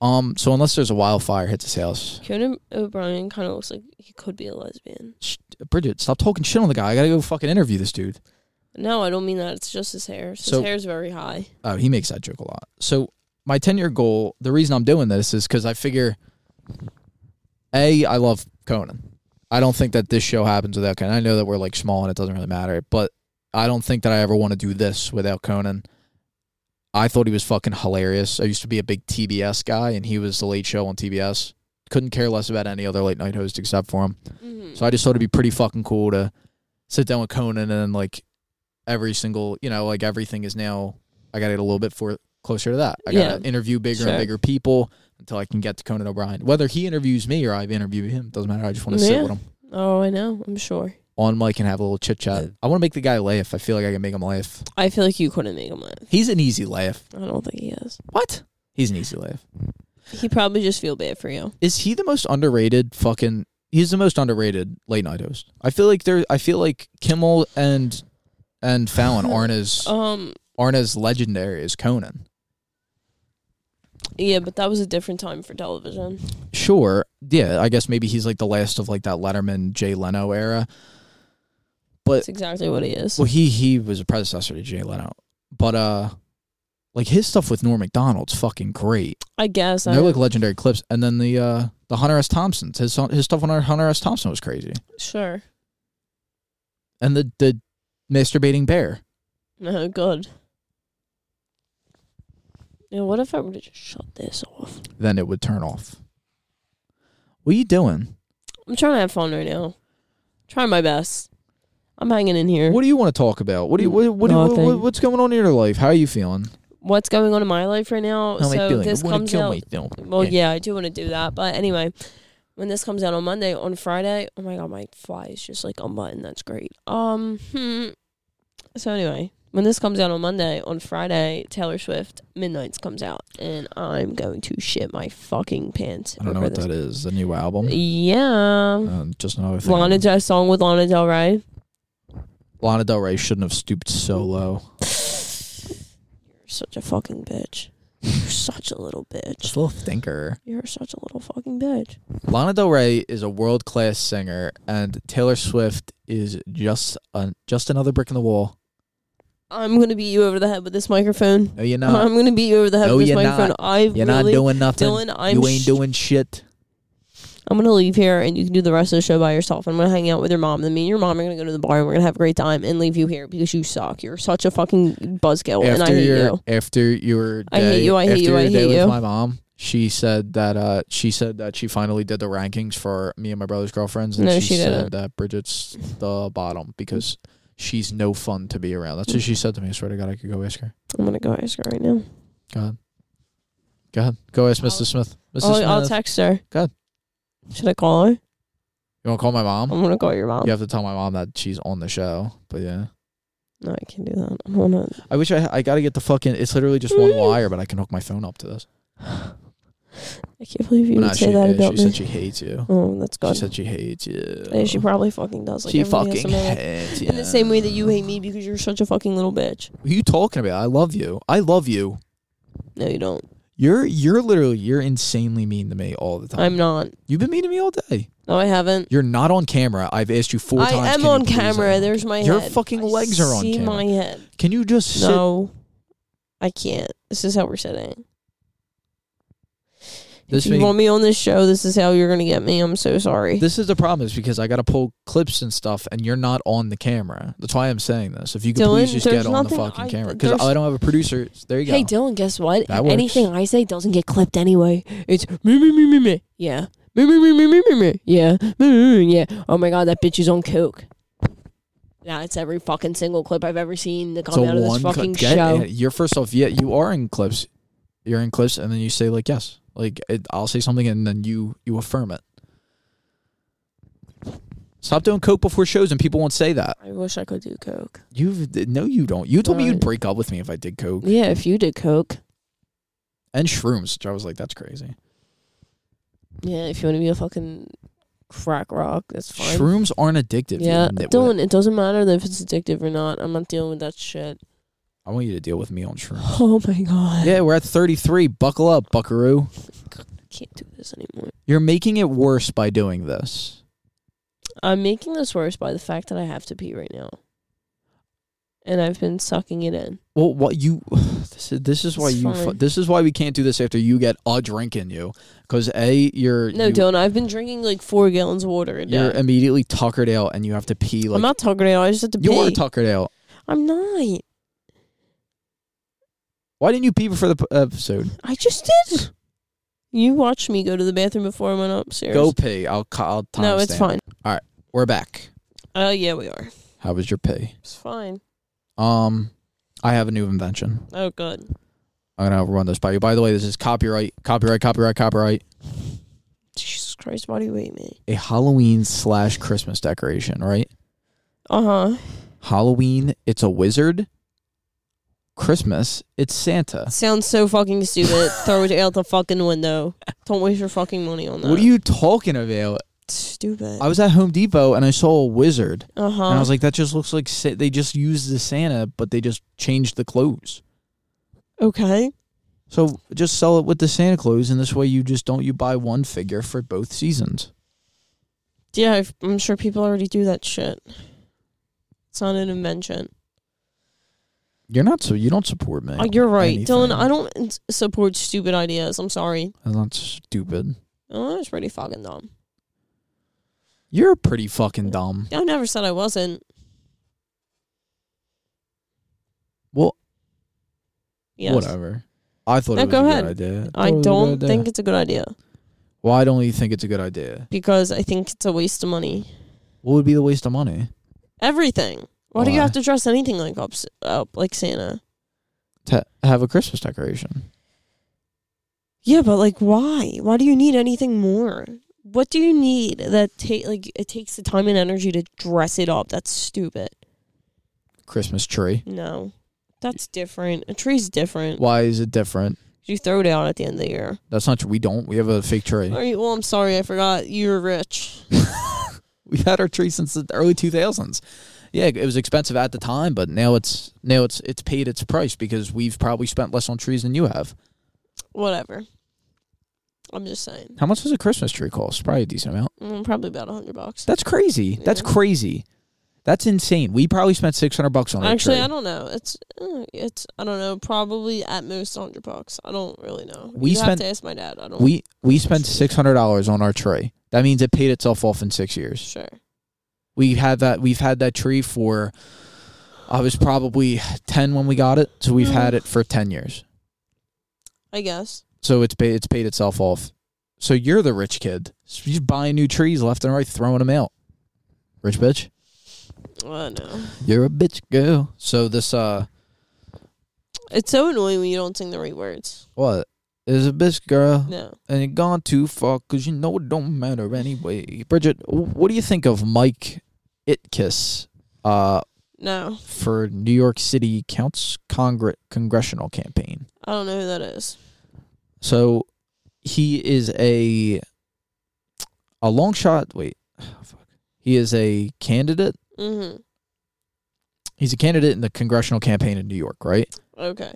Speaker 6: Um, so unless there's a wildfire hits his house,
Speaker 7: Conan O'Brien kind of looks like he could be a lesbian.
Speaker 6: Shh, Bridget, stop talking shit on the guy. I gotta go fucking interview this dude.
Speaker 7: No, I don't mean that. It's just his hair. His
Speaker 6: So-
Speaker 7: hair's very high.
Speaker 6: Oh, he makes that joke a lot. So my ten year goal, the reason I'm doing this is because I figure, a, I love Conan. I don't think that this show happens without Conan. I know that we're like small and it doesn't really matter, but I don't think that I ever want to do this without Conan. I thought he was fucking hilarious. I used to be a big TBS guy, and he was the late show on TBS. couldn't care less about any other late night host except for him. So I just thought it'd be pretty fucking cool to sit down with Conan and then like every single, you know, like everything is now. I got to get a little bit for closer to that. I got to
Speaker 7: Yeah.
Speaker 6: interview bigger
Speaker 7: Sure.
Speaker 6: and bigger people until I can get to Conan O'Brien. Whether he interviews me or I interview him doesn't matter. I just want to sit
Speaker 7: Yeah.
Speaker 6: with him
Speaker 7: Oh, I know. I'm sure.
Speaker 6: on mic and have a little chit chat. I want to make the guy laugh. I feel like I can make him laugh.
Speaker 7: I feel like you couldn't make him laugh.
Speaker 6: He's an easy laugh.
Speaker 7: I don't think he is.
Speaker 6: What? He's an easy laugh.
Speaker 7: He probably just feel bad for you.
Speaker 6: Is he the most underrated fucking he's the most underrated late night host. I feel like there I feel like Kimmel and and Fallon aren't as
Speaker 7: Um.
Speaker 6: aren't as legendary as Conan.
Speaker 7: Yeah, but that was a different time for television.
Speaker 6: Uh, Sure. Yeah, I guess maybe he's like the last of like that Letterman Jay Leno era.
Speaker 7: That's exactly what he is.
Speaker 6: Well he he was a predecessor to Jay Leno. But uh like his stuff with Norm McDonald's fucking great.
Speaker 7: I guess. I
Speaker 6: And they're like legendary clips. And then the uh the Hunter S. Thompson's his his stuff on Hunter S. Thompson was crazy.
Speaker 7: sure.
Speaker 6: and the the masturbating bear.
Speaker 7: No good. Yeah. What if I were to just shut this off?
Speaker 6: Then it would turn off. What are you doing?
Speaker 7: I'm trying to have fun right now. Trying my best. I'm hanging in here.
Speaker 6: What do you want to talk about? What do you what, what, do you- what,
Speaker 7: Nothing.
Speaker 6: what- what's going on in your life? How are you feeling?
Speaker 7: What's going on in my life right now?
Speaker 6: How am I
Speaker 7: so
Speaker 6: feeling?
Speaker 7: this
Speaker 6: I wanna
Speaker 7: comes
Speaker 6: kill
Speaker 7: out.
Speaker 6: myself.
Speaker 7: Well, yeah, I do want to do that. But anyway, when this comes out on Monday, on Friday, oh my god, my fly is just like unbuttoned. That's great. Um, hmm. so anyway, when this comes out on Monday, on Friday, Taylor Swift Midnight's comes out, and I'm going to shit my fucking pants.
Speaker 6: I don't know
Speaker 7: over
Speaker 6: what
Speaker 7: this.
Speaker 6: that is. The new album.
Speaker 7: Yeah,
Speaker 6: Um, just another thing.
Speaker 7: Lana Del song with Lana Del Rey.
Speaker 6: Lana Del Rey shouldn't have stooped so low.
Speaker 7: You're such a fucking bitch. You're such a little bitch.
Speaker 6: Just a little thinker.
Speaker 7: You're such a little fucking bitch.
Speaker 6: Lana Del Rey is a world class singer, and Taylor Swift is just a, just another brick in the wall.
Speaker 7: I'm gonna beat you over the head with this microphone.
Speaker 6: No, you're not.
Speaker 7: I'm gonna beat you over the head
Speaker 6: No,
Speaker 7: with this
Speaker 6: you're
Speaker 7: microphone.
Speaker 6: not.
Speaker 7: I
Speaker 6: you're
Speaker 7: really,
Speaker 6: not doing nothing.
Speaker 7: Dylan, I'm
Speaker 6: you ain't
Speaker 7: sh-
Speaker 6: doing shit.
Speaker 7: I'm gonna leave here and you can do the rest of the show by yourself. I'm gonna hang out with your mom. Then me and your mom are gonna go to the bar and we're gonna have a great time and leave you here because you suck. You're such a fucking buzzkill Oh, and I
Speaker 6: after
Speaker 7: hate
Speaker 6: your
Speaker 7: you.
Speaker 6: after your
Speaker 7: I hate
Speaker 6: day-
Speaker 7: you, I hate
Speaker 6: after
Speaker 7: you,
Speaker 6: your
Speaker 7: I
Speaker 6: day
Speaker 7: hate
Speaker 6: with
Speaker 7: you.
Speaker 6: My mom, she said that uh, she said that she finally did the rankings for me and my brother's girlfriends, and
Speaker 7: No,
Speaker 6: she,
Speaker 7: she
Speaker 6: said
Speaker 7: didn't.
Speaker 6: that Bridget's the bottom because she's no fun to be around. That's what she said to me. I swear to God, I could go ask her.
Speaker 7: I'm gonna go ask her right now.
Speaker 6: Go ahead, go ahead, go ask mister Smith. mister Smith,
Speaker 7: I'll, I'll text her.
Speaker 6: Good.
Speaker 7: Should I call
Speaker 6: Mm-hmm.
Speaker 7: her?
Speaker 6: you want to call my mom?
Speaker 7: I'm gonna call your Oh, mom.
Speaker 6: You have to tell my mom that she's on the show. But yeah,
Speaker 7: No, I can't do that. I'm gonna
Speaker 6: I wish I I gotta get the fucking. It's literally just one wire, but I can hook my phone up to this.
Speaker 7: I can't believe you
Speaker 6: But
Speaker 7: would
Speaker 6: no,
Speaker 7: say
Speaker 6: she,
Speaker 7: that
Speaker 6: uh,
Speaker 7: about
Speaker 6: she
Speaker 7: me.
Speaker 6: said she hates you.
Speaker 7: oh, that's
Speaker 6: She
Speaker 7: good.
Speaker 6: said she hates you.
Speaker 7: And she probably fucking does like
Speaker 6: she
Speaker 7: everybody else
Speaker 6: fucking
Speaker 7: in my life.
Speaker 6: hates you.
Speaker 7: in the same way that you hate me because you're such a fucking little bitch.
Speaker 6: What are you talking about? I love you. I love you.
Speaker 7: No, you don't.
Speaker 6: You're you're literally you're insanely mean to me all the time.
Speaker 7: I'm not.
Speaker 6: You've been mean to me all day.
Speaker 7: No, I haven't.
Speaker 6: You're not on camera. I've asked you four times.
Speaker 7: I
Speaker 6: can
Speaker 7: am
Speaker 6: you
Speaker 7: on
Speaker 6: please-
Speaker 7: camera. There's my
Speaker 6: Your
Speaker 7: head.
Speaker 6: fucking
Speaker 7: I
Speaker 6: legs are on
Speaker 7: see
Speaker 6: camera.
Speaker 7: my head.
Speaker 6: Can you just sit?
Speaker 7: No, I can't. This is how we're sitting.
Speaker 6: This,
Speaker 7: if you
Speaker 6: thing-
Speaker 7: want me on this show, this is how you're gonna get me. I'm so sorry.
Speaker 6: this is the problem is because I got to pull clips and stuff, and you're not on the camera. That's why I'm saying this. If you could
Speaker 7: Dylan,
Speaker 6: please just
Speaker 7: there's
Speaker 6: get on the
Speaker 7: nothing
Speaker 6: fucking
Speaker 7: I-
Speaker 6: camera, because
Speaker 7: there's-
Speaker 6: I don't have a producer. There you go.
Speaker 7: hey, Dylan, guess what?
Speaker 6: That works.
Speaker 7: Anything I say doesn't get clipped anyway. It's me, me, me, me, me. Yeah. Me, me, me, me, me, me, me. Yeah. Me, me, me, yeah. Oh my god, that bitch is on coke. Nah, it's every fucking single clip I've ever seen that come
Speaker 6: So
Speaker 7: out of this
Speaker 6: one clip-
Speaker 7: fucking
Speaker 6: get-
Speaker 7: show.
Speaker 6: You're first off, yeah, you are in clips. You're in clips, and then you say like yes, like it, I'll say something, and then you you affirm it. Stop doing coke before shows, and people won't say that.
Speaker 7: I wish I could do coke.
Speaker 6: You've no, you don't. You told me you'd
Speaker 7: Right.
Speaker 6: break up with me if I did coke
Speaker 7: Yeah, if you did coke.
Speaker 6: and shrooms. Which I was like, that's crazy.
Speaker 7: Yeah, if you want to be a fucking crack rock, that's fine.
Speaker 6: Shrooms aren't addictive. you
Speaker 7: yeah,
Speaker 6: nitwit.
Speaker 7: Dylan, it doesn't matter if it's addictive or not. I'm not dealing with that shit.
Speaker 6: I want you to deal with me on shrooms.
Speaker 7: Oh my god.
Speaker 6: Yeah, we're at 33. Buckle up, Buckaroo.
Speaker 7: I can't do this anymore.
Speaker 6: You're making it worse by doing this.
Speaker 7: I'm making this worse by the fact that I have to pee right now. And I've been sucking it in.
Speaker 6: Well, what you this is, this is why
Speaker 7: It's
Speaker 6: you fu-
Speaker 7: fine.
Speaker 6: this is why we can't do this after you get a drink in you because a you're
Speaker 7: No,
Speaker 6: you,
Speaker 7: Dylan, I've been drinking like four gallons of water a day.
Speaker 6: you're immediately tuckered out and you have to pee like
Speaker 7: I'm not tuckered out. I just have to
Speaker 6: you
Speaker 7: pee.
Speaker 6: are tuckered out.
Speaker 7: I'm not.
Speaker 6: Why didn't you pee before the p- episode?
Speaker 7: I just did. You watched me go to the bathroom before I went upstairs.
Speaker 6: Go pee. I'll ca- I'll time
Speaker 7: No, it's fine.
Speaker 6: All right, we're back.
Speaker 7: Oh yeah, we are.
Speaker 6: How was your pee?
Speaker 7: It's fine.
Speaker 6: Um, I have a new invention.
Speaker 7: Oh good.
Speaker 6: I'm gonna run this by you. By the way, this is copyright, copyright, copyright, copyright.
Speaker 7: Jesus Christ, why do you hate me?
Speaker 6: A Halloween slash Christmas decoration, right?
Speaker 7: Uh huh.
Speaker 6: Halloween, it's a wizard. Christmas, it's Santa.
Speaker 7: Sounds so fucking stupid. Throw it out the fucking window. Don't waste your fucking money on that.
Speaker 6: What are you talking about?
Speaker 7: Stupid.
Speaker 6: I was at Home Depot and I saw a wizard,
Speaker 7: Uh huh.
Speaker 6: and I was like, "That just looks like Sa- they just used the Santa, but they just changed the clothes."
Speaker 7: okay.
Speaker 6: So just sell it with the Santa clothes, and this way you just don't you buy one figure for both seasons.
Speaker 7: Yeah, I've- I'm sure people already do that shit. It's not an invention.
Speaker 6: You're not so you don't support me.
Speaker 7: Oh, you're right, Dylan.
Speaker 6: anything.
Speaker 7: I don't ins- support stupid ideas. I'm sorry.
Speaker 6: That's not stupid.
Speaker 7: Oh, that was pretty fucking dumb.
Speaker 6: You're pretty fucking dumb.
Speaker 7: I never said I wasn't.
Speaker 6: Well,
Speaker 7: Yes.
Speaker 6: whatever. I thought
Speaker 7: No,
Speaker 6: it was
Speaker 7: go
Speaker 6: a
Speaker 7: ahead.
Speaker 6: good idea.
Speaker 7: I
Speaker 6: Thought it was a
Speaker 7: don't
Speaker 6: good idea.
Speaker 7: think it's a good idea
Speaker 6: Why don't you think it's a good idea?
Speaker 7: because I think it's a waste of money.
Speaker 6: What would be the waste of money?
Speaker 7: Everything. Why, do you
Speaker 6: Why?
Speaker 7: have to dress anything like up, up like Santa?
Speaker 6: To have a Christmas decoration.
Speaker 7: Yeah, but like, why? Why do you need anything more? What do you need that take like it takes the time and energy to dress it up? That's stupid.
Speaker 6: Christmas tree.
Speaker 7: No, that's different. A tree's different.
Speaker 6: Why is it different?
Speaker 7: You throw it out at the end of the year.
Speaker 6: That's not true. We don't. We have a fake tree.
Speaker 7: All right. Well, I'm sorry, I forgot. You're rich.
Speaker 6: We've had our tree since the early 2000s. Yeah, it was expensive at the time, but now it's now it's it's paid its price because we've probably spent less on trees than you have.
Speaker 7: Whatever. I'm just saying.
Speaker 6: How much does a Christmas tree cost? Probably a decent amount.
Speaker 7: Mm, probably about a hundred bucks.
Speaker 6: That's crazy. That's
Speaker 7: Yeah.
Speaker 6: crazy. That's insane. We probably spent 600 bucks on a
Speaker 7: Actually,
Speaker 6: tree.
Speaker 7: I don't know. It's uh, it's I don't know. Probably at most a hundred bucks. I don't really know.
Speaker 6: We
Speaker 7: you have
Speaker 6: spent-
Speaker 7: to ask my dad. I don't.
Speaker 6: we we spent $600 on our tree. That means it paid itself off in 6 years.
Speaker 7: sure.
Speaker 6: We had that we've had that tree for I was probably 10 when we got it, so
Speaker 7: Mm-hmm.
Speaker 6: we've had it for 10 years.
Speaker 7: I guess.
Speaker 6: So it's paid, it's paid itself off. So you're the rich kid. So You're buying new trees left and right, throwing them out. Rich bitch.
Speaker 7: I know.
Speaker 6: You're a bitch girl. So this uh,
Speaker 7: It's so annoying when you don't sing the right words.
Speaker 6: what is a bitch girl?
Speaker 7: No.
Speaker 6: And it gone too far because you know it don't matter anyway. Bridget, wh- what do you think of Mike Itkiss uh,
Speaker 7: No.
Speaker 6: for New York City Counts Congre- congressional campaign?
Speaker 7: I don't know who that is.
Speaker 6: So he is a a long shot. Wait, fuck. He is a candidate.
Speaker 7: Mm-hmm.
Speaker 6: He's a candidate in the congressional campaign in New York, right?
Speaker 7: Okay.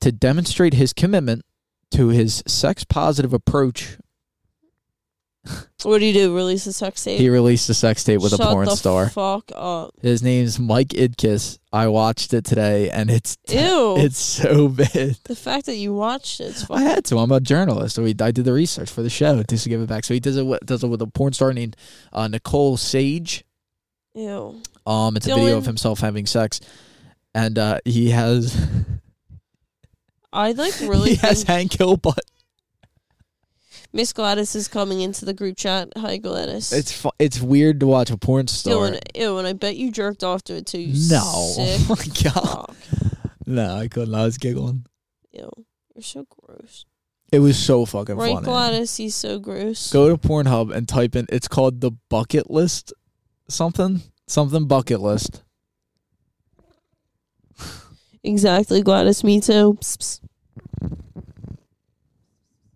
Speaker 6: To demonstrate his commitment to his sex positive approach,
Speaker 7: What do you do? Release a sex tape?
Speaker 6: he released a sex tape with
Speaker 7: Shut
Speaker 6: a porn
Speaker 7: the
Speaker 6: star.
Speaker 7: Fuck up.
Speaker 6: his name's Mike Idkiss. I watched it today, and it's
Speaker 7: Ew.
Speaker 6: it's so bad.
Speaker 7: the fact that you watched it's
Speaker 6: I
Speaker 7: fucking.
Speaker 6: had to. I'm a journalist. So we, I did the research for the show just to give it back. So he does it. With, does it with a porn star named uh, Nicole Sage.
Speaker 7: Ew.
Speaker 6: Um, it's a video of
Speaker 7: Dylan.
Speaker 6: himself having sex, and uh, he has
Speaker 7: I like really.
Speaker 6: he has
Speaker 7: think-
Speaker 6: Hank Hill, but
Speaker 7: Miss Gladys is coming into the group chat. Hi, Gladys.
Speaker 6: it's fu- it's weird to watch a porn star.
Speaker 7: Dylan. Ew, and I bet you jerked off to it too. You
Speaker 6: no,
Speaker 7: Sick.
Speaker 6: oh my god,
Speaker 7: fuck.
Speaker 6: no, I couldn't. I was giggling.
Speaker 7: Ew. You're so gross.
Speaker 6: It was so fucking
Speaker 7: Right,
Speaker 6: funny.
Speaker 7: Gladys. He's so gross.
Speaker 6: Go to Pornhub and type in. It's called the bucket list, something something bucket list.
Speaker 7: Exactly, Gladys. Me too. Psst, psst.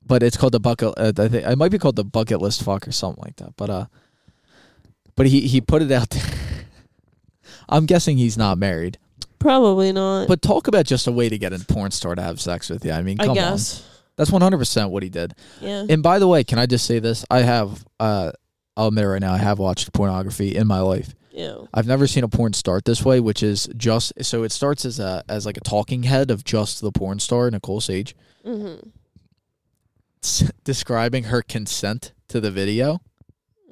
Speaker 6: But it's called the bucket. Uh, I think it might be called the bucket list fuck or something like that. But uh, but he he put it out there. I'm guessing he's not married.
Speaker 7: Probably not.
Speaker 6: But talk about just a way to get a porn star to have sex with you. I mean, come
Speaker 7: I guess.
Speaker 6: on. That's 100% what he did.
Speaker 7: Yeah.
Speaker 6: And by the way, can I just say this? I have, uh, I'll admit it right now, I have watched pornography in my life.
Speaker 7: Ew.
Speaker 6: I've never seen a porn start this way, which is just, so it starts as a, as like a talking head of just the porn star, Nicole Sage,
Speaker 7: Mm-hmm.
Speaker 6: s- describing her consent to the video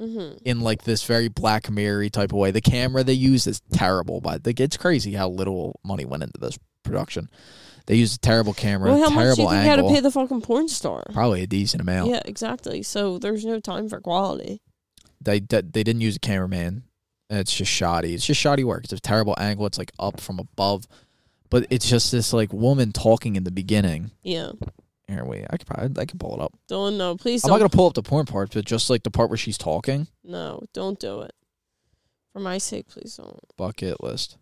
Speaker 7: Mm-hmm.
Speaker 6: in like this very Black Mirror type of way. The camera they use is terrible, but like, it's crazy how little money went into this production. They used a terrible camera,
Speaker 7: Well, how much do
Speaker 6: terrible
Speaker 7: you think you had
Speaker 6: angle.
Speaker 7: to pay the fucking porn star?
Speaker 6: Probably a decent amount.
Speaker 7: Yeah, exactly. So there's no time for quality.
Speaker 6: They, they they didn't use a cameraman. And It's just shoddy. It's just shoddy work. It's a terrible angle. It's like up from above, but it's just this like woman talking in the beginning.
Speaker 7: Yeah.
Speaker 6: Here, wait, I could probably I could pull it up.
Speaker 7: Don't no, please
Speaker 6: I'm
Speaker 7: don't
Speaker 6: not gonna pull up the porn part, but just like the part where she's talking.
Speaker 7: no, don't do it. For my sake, please don't.
Speaker 6: Bucket list.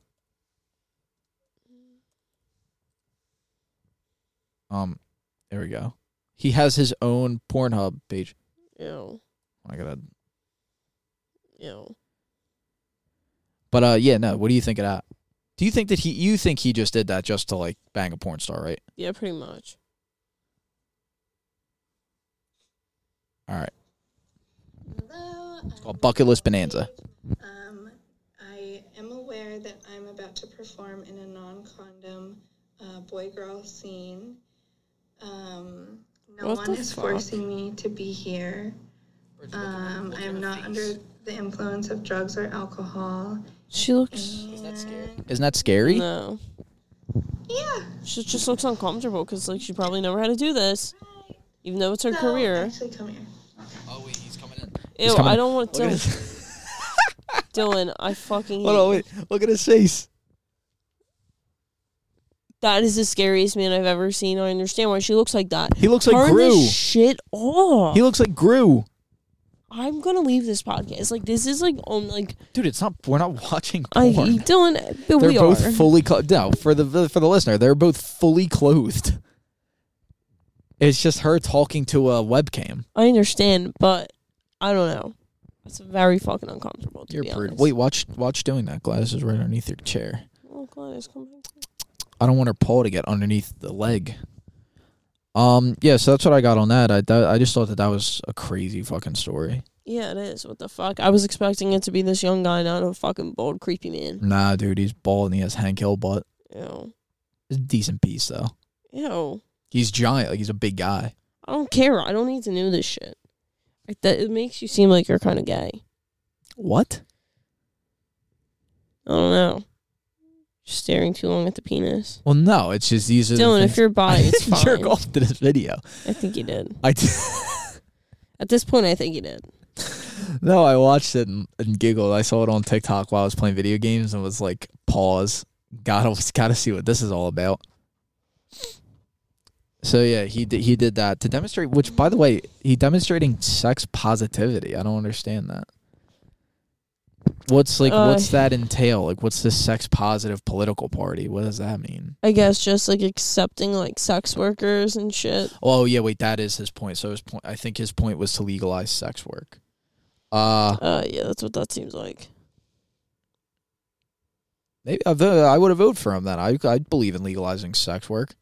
Speaker 6: Um, there we go. He has his own Pornhub page. Oh
Speaker 7: Ew.
Speaker 6: I gotta.
Speaker 7: Ew.
Speaker 6: But uh, yeah, no. What do you think of that? Do you think that he? You think he just did that just to like bang a porn star, right?
Speaker 7: Yeah, pretty much.
Speaker 6: All right. It's called Bucket List Bonanza.
Speaker 11: Um, I am aware that I'm about to perform in a non condom uh, boy girl scene. Um, no
Speaker 7: What
Speaker 11: one
Speaker 7: the
Speaker 11: is
Speaker 7: fuck?
Speaker 11: forcing me to be here. Um, I am not under the influence of drugs or alcohol.
Speaker 7: She looks
Speaker 6: Isn't that scary?
Speaker 7: no.
Speaker 11: Yeah.
Speaker 7: She just looks uncomfortable because like she probably never had to do this, even though it's her
Speaker 11: No,
Speaker 7: career.
Speaker 11: Actually, come here.
Speaker 6: Oh wait, he's coming in.
Speaker 7: Ew,
Speaker 6: coming.
Speaker 7: I don't want
Speaker 6: Look at
Speaker 7: to.
Speaker 6: his,
Speaker 7: Dylan, I fucking.
Speaker 6: hold on,
Speaker 7: hate
Speaker 6: wait. Look at his face.
Speaker 7: That is the scariest man I've ever seen. I understand why she looks like that.
Speaker 6: He looks like
Speaker 7: Turn
Speaker 6: Gru.
Speaker 7: this shit off.
Speaker 6: He looks like Gru.
Speaker 7: I'm gonna leave this podcast. Like this is like um like
Speaker 6: Dude, it's not. We're not watching
Speaker 7: I
Speaker 6: porn.
Speaker 7: Dylan, but
Speaker 6: They're
Speaker 7: we
Speaker 6: both
Speaker 7: are.
Speaker 6: fully clo- no for the for the listener. They're both fully clothed. It's just her talking to a webcam.
Speaker 7: I understand, but I don't know. It's very fucking uncomfortable. To
Speaker 6: You're
Speaker 7: be
Speaker 6: pretty.
Speaker 7: honest.
Speaker 6: Wait, watch watch doing that. Gladys is right underneath your chair.
Speaker 7: Oh, God, it's coming.
Speaker 6: I don't want her paw to get underneath the leg. Um. Yeah. So that's what I got on that. I that, I just thought that that was a crazy fucking story.
Speaker 7: Yeah, it is. What the fuck? I was expecting it to be this young guy, not a fucking bald, creepy man.
Speaker 6: Nah, dude, he's bald and he has Hank Hill butt.
Speaker 7: Ew.
Speaker 6: It's a decent piece though.
Speaker 7: Ew.
Speaker 6: He's giant. Like he's a big guy.
Speaker 7: I don't care. I don't need to know this shit. Like that, it makes you seem like you're kind of gay.
Speaker 6: What?
Speaker 7: I don't know. Just staring too long at the penis.
Speaker 6: Well, no. It's just these are. the
Speaker 7: Dylan, if
Speaker 6: things-
Speaker 7: you're bi, it's
Speaker 6: I jerk
Speaker 7: fine.
Speaker 6: off to this video.
Speaker 7: I think you did.
Speaker 6: I. T-
Speaker 7: At this point, I think you did.
Speaker 6: No, I watched it and, and giggled. I saw it on TikTok while I was playing video games and was like, pause. Gotta gotta see what this is all about. So yeah, he did, he did that to demonstrate. Which, by the way, he demonstrating sex positivity. I don't understand that. What's like?
Speaker 7: Uh,
Speaker 6: what's that entail? Like, what's this sex positive political party? What does that mean?
Speaker 7: I guess just like accepting like sex workers and shit.
Speaker 6: Oh yeah, wait, that is his point. So his point, I think his point was to legalize sex work. Uh
Speaker 7: Uh, yeah, that's what that seems like.
Speaker 6: Maybe I vo- I would have voted for him then. I I believe in legalizing sex work.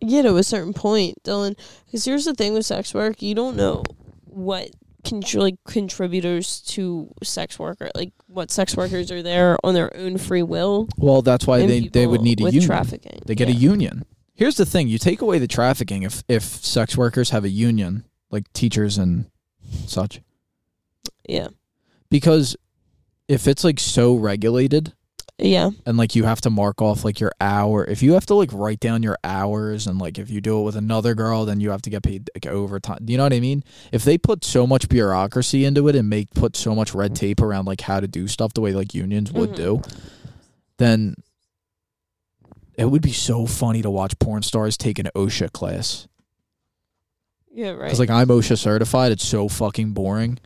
Speaker 7: Yeah, to a certain point, Dylan. Because here's the thing with sex work, you don't know what con- like contributors to sex work are like what sex workers are there on their own free will.
Speaker 6: Well, that's why
Speaker 7: and
Speaker 6: they, they would
Speaker 7: people
Speaker 6: need a
Speaker 7: with
Speaker 6: union.
Speaker 7: trafficking.
Speaker 6: They get
Speaker 7: yeah.
Speaker 6: a union. Here's the thing: you take away the trafficking if if sex workers have a union, like teachers and such,
Speaker 7: Yeah,
Speaker 6: because if it's like so regulated
Speaker 7: yeah,
Speaker 6: and like you have to mark off like your hour, if you have to like write down your hours and like if you do it with another girl, then you have to get paid like overtime. Do you know what I mean? If they put so much bureaucracy into it and make put so much red tape around like how to do stuff the way like unions would
Speaker 7: Mhm.
Speaker 6: do, then it would be so funny to watch porn stars take an OSHA class.
Speaker 7: yeah, right.
Speaker 6: Because like I'm OSHA certified, it's so fucking boring,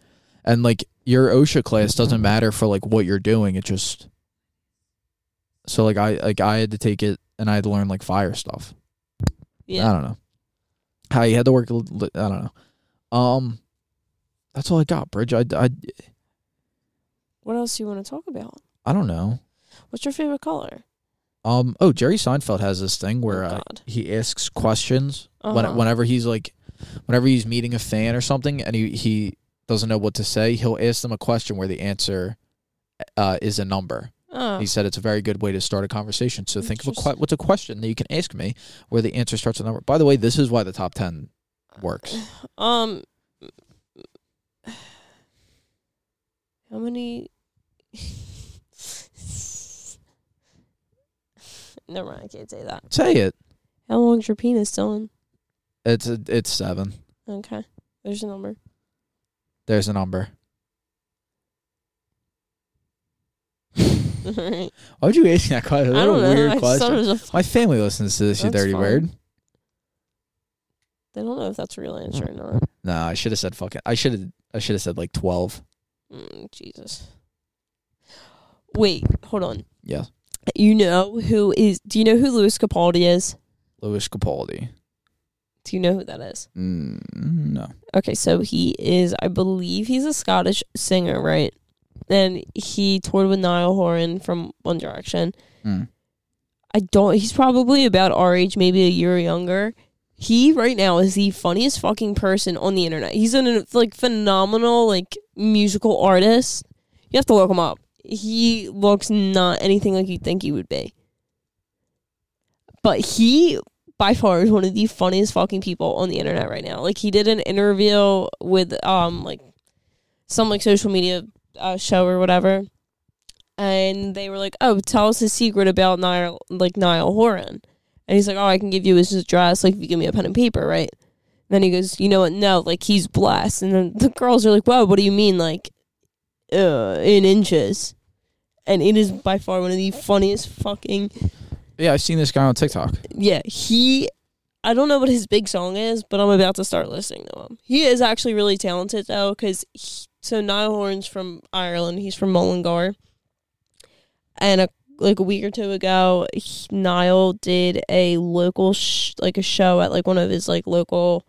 Speaker 6: and like your OSHA class doesn't matter for like what you're doing. It just so like I like I had to take it and I had to learn like fire stuff.
Speaker 7: yeah,
Speaker 6: I don't know how you had to work. l- l- I don't know. Um, that's all I got, Bridge. I I,
Speaker 7: what else do you want to talk about?
Speaker 6: I don't know.
Speaker 7: What's your favorite color?
Speaker 6: Um. Oh, Jerry Seinfeld has this thing where
Speaker 7: Oh,
Speaker 6: uh,
Speaker 7: God.
Speaker 6: he asks questions when,
Speaker 7: Uh-huh.
Speaker 6: whenever he's like, whenever he's meeting a fan or something, and he he doesn't know what to say. He'll ask them a question where the answer uh, is a number.
Speaker 7: Oh,
Speaker 6: He said it's a very good way to start a conversation. So think of a que-
Speaker 7: Interesting.
Speaker 6: what's a question that you can ask me where the answer starts with a number. By the way, this is why the top ten works.
Speaker 7: um, how many? Never mind, I can't say that.
Speaker 6: Say it.
Speaker 7: How long's your penis, Dylan?
Speaker 6: It's a, it's seven.
Speaker 7: Okay. There's a number.
Speaker 6: There's a number.
Speaker 7: All right.
Speaker 6: Why would you ask me that question?
Speaker 7: I
Speaker 6: What a
Speaker 7: don't know.
Speaker 6: weird
Speaker 7: I just thought it
Speaker 6: question.
Speaker 7: was a f-
Speaker 6: My family listens to this. You
Speaker 7: That's
Speaker 6: dirty
Speaker 7: fine.
Speaker 6: bird.
Speaker 7: they don't know if that's a real answer or not.
Speaker 6: No, I should have said fucking. I should have. I should have said like twelve.
Speaker 7: Mm, Jesus. Wait, hold on.
Speaker 6: Yeah,
Speaker 7: You know who is? Do you know who Louis Capaldi is?
Speaker 6: Louis Capaldi.
Speaker 7: Do you know who that is?
Speaker 6: Mm, no,
Speaker 7: Okay, so he is, I believe he's a Scottish singer, right? And he toured with Niall Horan from One Direction.
Speaker 6: Mm.
Speaker 7: I don't, he's probably about our age, maybe a year younger. He right now is the funniest fucking person on the internet. He's an like phenomenal like musical artist. You have to look him up. He looks not anything like you'd think he would be. But he by far is one of the funniest fucking people on the internet right now. Like he did an interview with um like some like social media uh, show or whatever, and they were like, "Oh, tell us the secret about Niall like Niall Horan," and he's like, "Oh, I can give you his address. Like if you give me a pen and paper, right?" And then he goes, "You know what? No, like he's blessed." And then the girls are like, "Wow, what do you mean like uh, in inches?" And it is by far one of the funniest fucking
Speaker 6: yeah, I've seen this guy on TikTok.
Speaker 7: yeah, he. I don't know what his big song is, but I'm about to start listening to him. He is actually really talented though, because so Niall Horan's from Ireland. He's from Mullingar, and a, like a week or two ago, he- Niall did a local sh- like a show at like one of his like local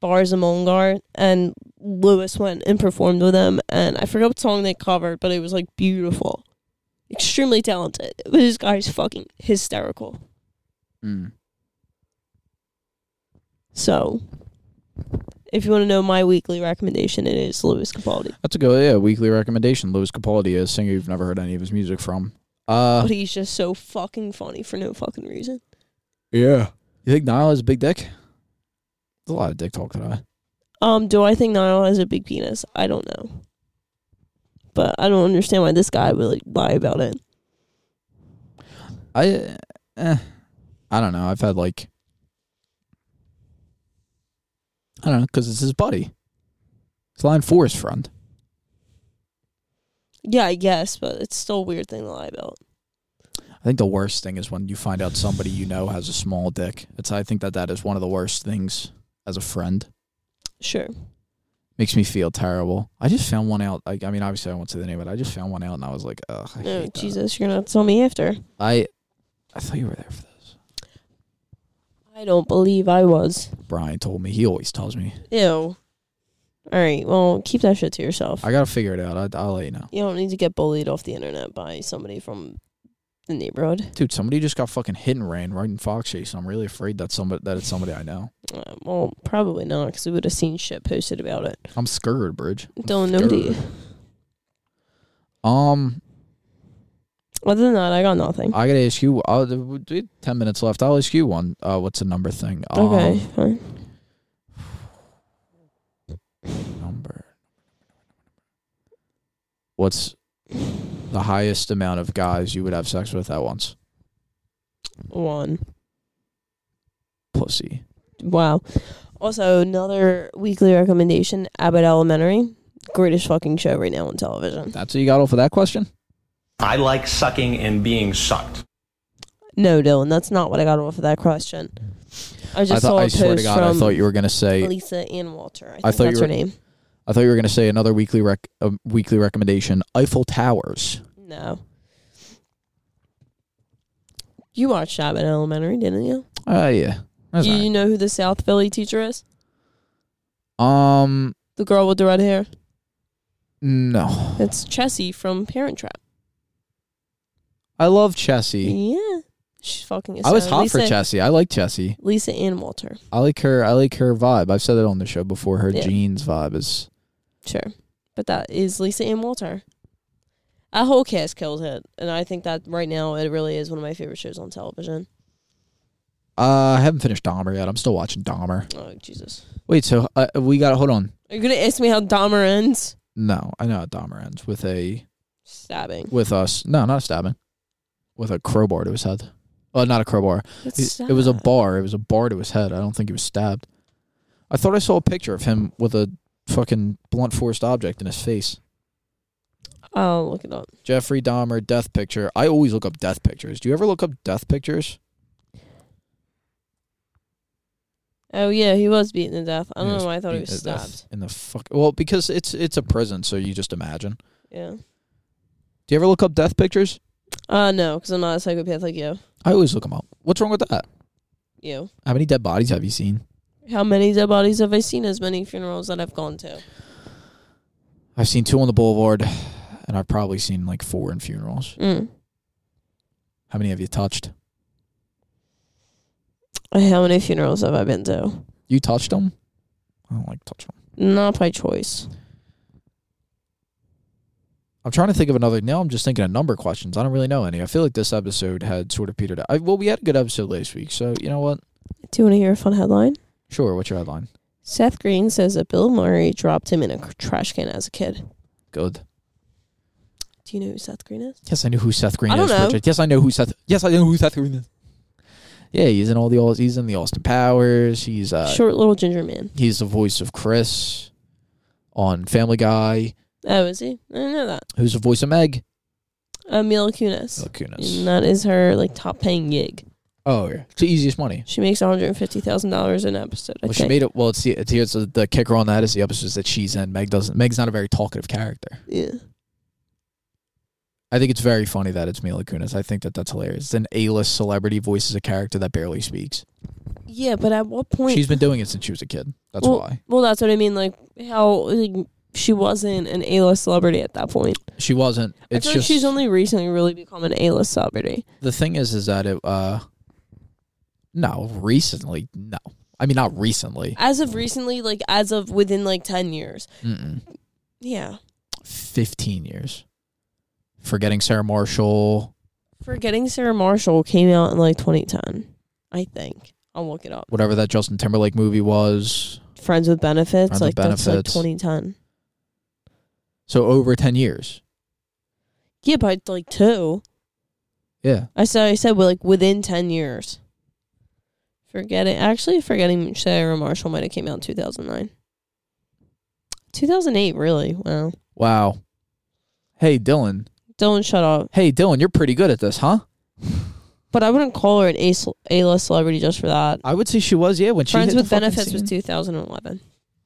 Speaker 7: bars in Mullingar, and Lewis went and performed with him. And I forgot what song they covered, but it was like beautiful, extremely talented. But this guy's fucking hysterical.
Speaker 6: Mm.
Speaker 7: So, if you want to know my weekly recommendation, it is Louis Capaldi.
Speaker 6: That's a good yeah weekly recommendation. Louis Capaldi, a singer you've never heard any of his music from. Uh,
Speaker 7: But he's just so fucking funny for no fucking reason.
Speaker 6: yeah. You think Niall is a big dick? There's a lot of dick talk today.
Speaker 7: Um, do I think Niall has a big penis? I don't know. But I don't understand why this guy would like lie about it.
Speaker 6: I, eh, I don't know. I've had like, I don't know, because it's his buddy. It's Lion Forest friend.
Speaker 7: Yeah, I guess, but it's still a weird thing to lie about.
Speaker 6: I think the worst thing is when you find out somebody you know has a small dick. It's I think that that is one of the worst things as a friend.
Speaker 7: Sure.
Speaker 6: Makes me feel terrible. I just found one out. I, I mean, obviously, I won't say the name, but I just found one out, and I was like, ugh, I
Speaker 7: No,
Speaker 6: hate that.
Speaker 7: Oh, Jesus, you're gonna have to tell me after.
Speaker 6: I, I thought you were there for this.
Speaker 7: I don't believe I was.
Speaker 6: Brian told me. He always tells me.
Speaker 7: Ew. Alright, well, keep that shit to yourself.
Speaker 6: I gotta figure it out. I, I'll let you know.
Speaker 7: you don't need to get bullied off the internet by somebody from the neighborhood.
Speaker 6: Dude, somebody just got fucking hit and ran right in Fox Chase. and I'm really afraid that somebody that it's somebody I know.
Speaker 7: Uh, well, probably not, because we would have seen shit posted about it.
Speaker 6: I'm scared, Bridge.
Speaker 7: Don't nobody.
Speaker 6: Um,
Speaker 7: Other than that, I got nothing.
Speaker 6: I gotta ask you. Uh, we have ten minutes left. I'll ask you one. Uh, what's the number thing? Um,
Speaker 7: okay, fine.
Speaker 6: Number. What's the highest amount of guys you would have sex with at once?
Speaker 7: One.
Speaker 6: Pussy.
Speaker 7: Wow. Also, another weekly recommendation: Abbott Elementary, greatest fucking show right now on television.
Speaker 6: That's what you got off of that question.
Speaker 12: I like sucking and being sucked.
Speaker 7: No, Dylan, that's not what I got off of that question. I just
Speaker 6: I,
Speaker 7: saw
Speaker 6: thought,
Speaker 7: a
Speaker 6: I
Speaker 7: post
Speaker 6: swear to God, I
Speaker 7: from
Speaker 6: thought you were gonna say.
Speaker 7: Lisa and Walter. I, think
Speaker 6: thought you
Speaker 7: that's
Speaker 6: were-
Speaker 7: her name.
Speaker 6: I thought you were gonna say another weekly rec- uh, weekly recommendation. Eiffel Towers.
Speaker 7: No. You watched Abbott Elementary, didn't you?
Speaker 6: Oh yeah. That's
Speaker 7: Do
Speaker 6: all
Speaker 7: you know who the South Philly teacher is?
Speaker 6: right. Um.
Speaker 7: The girl with the red hair.
Speaker 6: No.
Speaker 7: It's Chessie from Parent Trap.
Speaker 6: I love Chessie.
Speaker 7: Yeah. She's fucking
Speaker 6: I was
Speaker 7: hysterical.
Speaker 6: hot for
Speaker 7: Lisa-
Speaker 6: Chessie. I like Chessie.
Speaker 7: Lisa and Walter.
Speaker 6: I like her. I like her vibe. I've said it on the show before. Her
Speaker 7: Yeah.
Speaker 6: jeans vibe is.
Speaker 7: Sure. But that is Lisa and Walter. That whole cast kills it. And I think that right now it really is one of my favorite shows on television.
Speaker 6: Uh, I haven't finished Dahmer yet. I'm still watching Dahmer.
Speaker 7: Oh, Jesus.
Speaker 6: Wait, so uh, we got to hold on.
Speaker 7: Are you going to ask me how Dahmer ends?
Speaker 6: No, I know how Dahmer ends with a
Speaker 7: Stabbing.
Speaker 6: with us. No, not a stabbing. With a crowbar to his head. Oh, not a crowbar.
Speaker 7: That's
Speaker 6: It, it was a bar. It was a bar to his head. I don't think he was stabbed. I thought I saw a picture of him with a fucking blunt forced object in his face.
Speaker 7: I'll look it up.
Speaker 6: Jeffrey Dahmer death picture. I always look up death pictures. Do you ever look up death pictures?
Speaker 7: Oh yeah, he was beaten to death. I don't
Speaker 6: Yeah,
Speaker 7: know why I thought he
Speaker 6: beat
Speaker 7: was
Speaker 6: to death uh,
Speaker 7: stabbed.
Speaker 6: in the fuck. Well, because it's it's a prison, so you just imagine.
Speaker 7: Yeah.
Speaker 6: Do you ever look up death pictures?
Speaker 7: Uh no, because I'm not a psychopath like you.
Speaker 6: I always look them up. What's wrong with that?
Speaker 7: You.
Speaker 6: How many dead bodies have you seen?
Speaker 7: How many dead bodies have I seen? As many funerals that I've gone to.
Speaker 6: I've seen two on the boulevard, and I've probably seen like four in funerals.
Speaker 7: Mm.
Speaker 6: How many have you touched?
Speaker 7: How many funerals have I been to?
Speaker 6: You touched them? I don't like touching them.
Speaker 7: Not by choice.
Speaker 6: I'm trying to think of another. Now I'm just thinking of number questions. I don't really know any. I feel like this episode had sort of petered out. I, well, we had a good episode last week, so you know what?
Speaker 7: Do you want to hear a fun headline?
Speaker 6: Sure. What's your headline?
Speaker 7: Seth Green says that Bill Murray dropped him in a cr- trash can as a kid.
Speaker 6: Good.
Speaker 7: Do you know who Seth Green is?
Speaker 6: Yes, I know who Seth Green
Speaker 7: I don't
Speaker 6: is.
Speaker 7: know.
Speaker 6: Richard. Yes, I know who Seth. Yes, I know who Seth Green is. Yeah, he's in all the. Aus- He's in the Austin Powers. He's uh,
Speaker 7: Short little ginger man.
Speaker 6: He's the voice of Chris on Family Guy.
Speaker 7: Oh, is he? I didn't know that.
Speaker 6: Who's the voice of Meg?
Speaker 7: Uh, Mila Kunis.
Speaker 6: Mila Kunis.
Speaker 7: And that is her like top paying gig.
Speaker 6: Oh, yeah. it's the easiest money.
Speaker 7: She makes one hundred and fifty thousand dollars an episode. I
Speaker 6: Well, she
Speaker 7: think.
Speaker 6: made it. Well, it's the it's, here's the, the kicker on that is the episodes that she's in. Meg doesn't. Meg's not a very talkative character.
Speaker 7: yeah.
Speaker 6: I think it's very funny that it's Mila Kunis. I think that that's hilarious. It's an A-list celebrity voices a character that barely speaks.
Speaker 7: Yeah, but at what point?
Speaker 6: She's been doing it since she was a kid. That's
Speaker 7: well,
Speaker 6: why
Speaker 7: Well, that's what I mean. Like how like, she wasn't an A list celebrity at that point.
Speaker 6: she wasn't. It's
Speaker 7: I feel
Speaker 6: just
Speaker 7: like she's only recently really become an A list celebrity.
Speaker 6: the thing is, is that it. uh No, recently, no. I mean, not recently.
Speaker 7: As of recently, like as of within like ten years.
Speaker 6: Mm-mm.
Speaker 7: Yeah.
Speaker 6: 15 years. Forgetting Sarah Marshall,
Speaker 7: Forgetting Sarah Marshall came out in like 2010, I think. I'll look it up.
Speaker 6: whatever that Justin Timberlake movie was.
Speaker 7: Friends with Benefits,
Speaker 6: Friends with
Speaker 7: like
Speaker 6: Benefits.
Speaker 7: that's like 2010.
Speaker 6: So over 10 years.
Speaker 7: Yeah, by like two.
Speaker 6: Yeah.
Speaker 7: I said I said well, like within 10 years. Forgetting actually forgetting Sarah Marshall might have came out in 2009. 2008, really? Wow.
Speaker 6: Wow. Hey, Dylan.
Speaker 7: Don't shut up.
Speaker 6: Hey, Dylan, you're pretty good at this, huh?
Speaker 7: But I wouldn't call her an A A list celebrity just for that.
Speaker 6: I would say she was, yeah, when she
Speaker 7: Friends
Speaker 6: hit
Speaker 7: with
Speaker 6: the fucking
Speaker 7: Benefits was
Speaker 6: scene.
Speaker 7: 2011.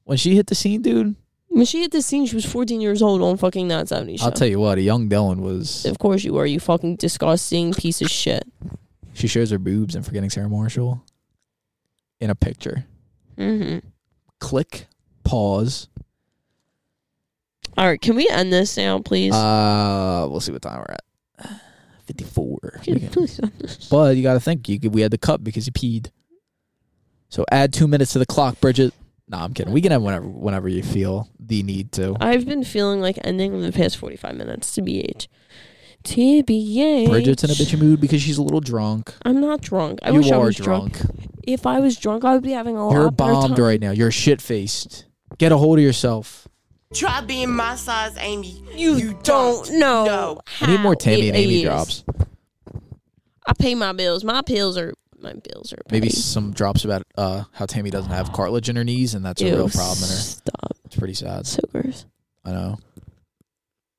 Speaker 6: When she hit the scene, dude,
Speaker 7: When she hit this scene, she was 14 years old on fucking 970 show.
Speaker 6: I'll tell you what, a young Dylan was.
Speaker 7: Of course you were, you fucking disgusting piece of shit.
Speaker 6: She shows her boobs and forgetting Sarah Marshall in a picture.
Speaker 7: Mm-hmm.
Speaker 6: Click, pause.
Speaker 7: All right, can we end this now, please?
Speaker 6: Uh, we'll see what time we're at. 54. We
Speaker 7: Can you
Speaker 6: can-
Speaker 7: please end this?
Speaker 6: But you got to think, you could, we had to cut because you peed. So add two minutes to the clock, Bridget. Nah, I'm kidding. We can have whenever, whenever you feel the need to.
Speaker 7: I've been feeling like ending in the past 45 minutes, TBH. TBH.
Speaker 6: Bridget's in a bitchy mood because she's a little drunk.
Speaker 7: I'm not drunk. I
Speaker 6: you
Speaker 7: wish
Speaker 6: are
Speaker 7: I was drunk.
Speaker 6: drunk.
Speaker 7: If I was drunk, I would Oh, be having a
Speaker 6: You're
Speaker 7: lot better
Speaker 6: bombed
Speaker 7: time.
Speaker 6: right now. You're shit faced. Get a hold of yourself.
Speaker 10: Try being my size, Amy.
Speaker 7: You, don't know.
Speaker 6: I need more
Speaker 7: how
Speaker 6: Tammy
Speaker 7: it
Speaker 6: and Amy
Speaker 7: is.
Speaker 6: drops.
Speaker 7: I pay my bills. My pills are my bills are
Speaker 6: Maybe
Speaker 7: paid.
Speaker 6: some drops about uh, how Tammy doesn't have cartilage in her knees, and that's
Speaker 7: Ew,
Speaker 6: a real problem in her.
Speaker 7: Stop.
Speaker 6: It's pretty sad.
Speaker 7: So gross.
Speaker 6: I know.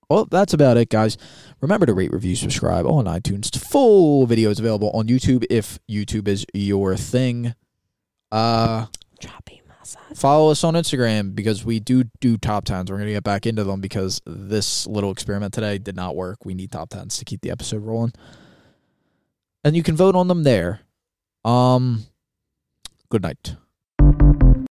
Speaker 6: Well, that's about it, guys. Remember to rate, review, subscribe on iTunes. Full videos available on YouTube if YouTube is your thing. Uh,
Speaker 7: Dropping my size.
Speaker 6: follow us on Instagram because we do do top tens. We're gonna get back into them because this little experiment today did not work. We need top tens to keep the episode rolling, and you can vote on them there. Um, good night.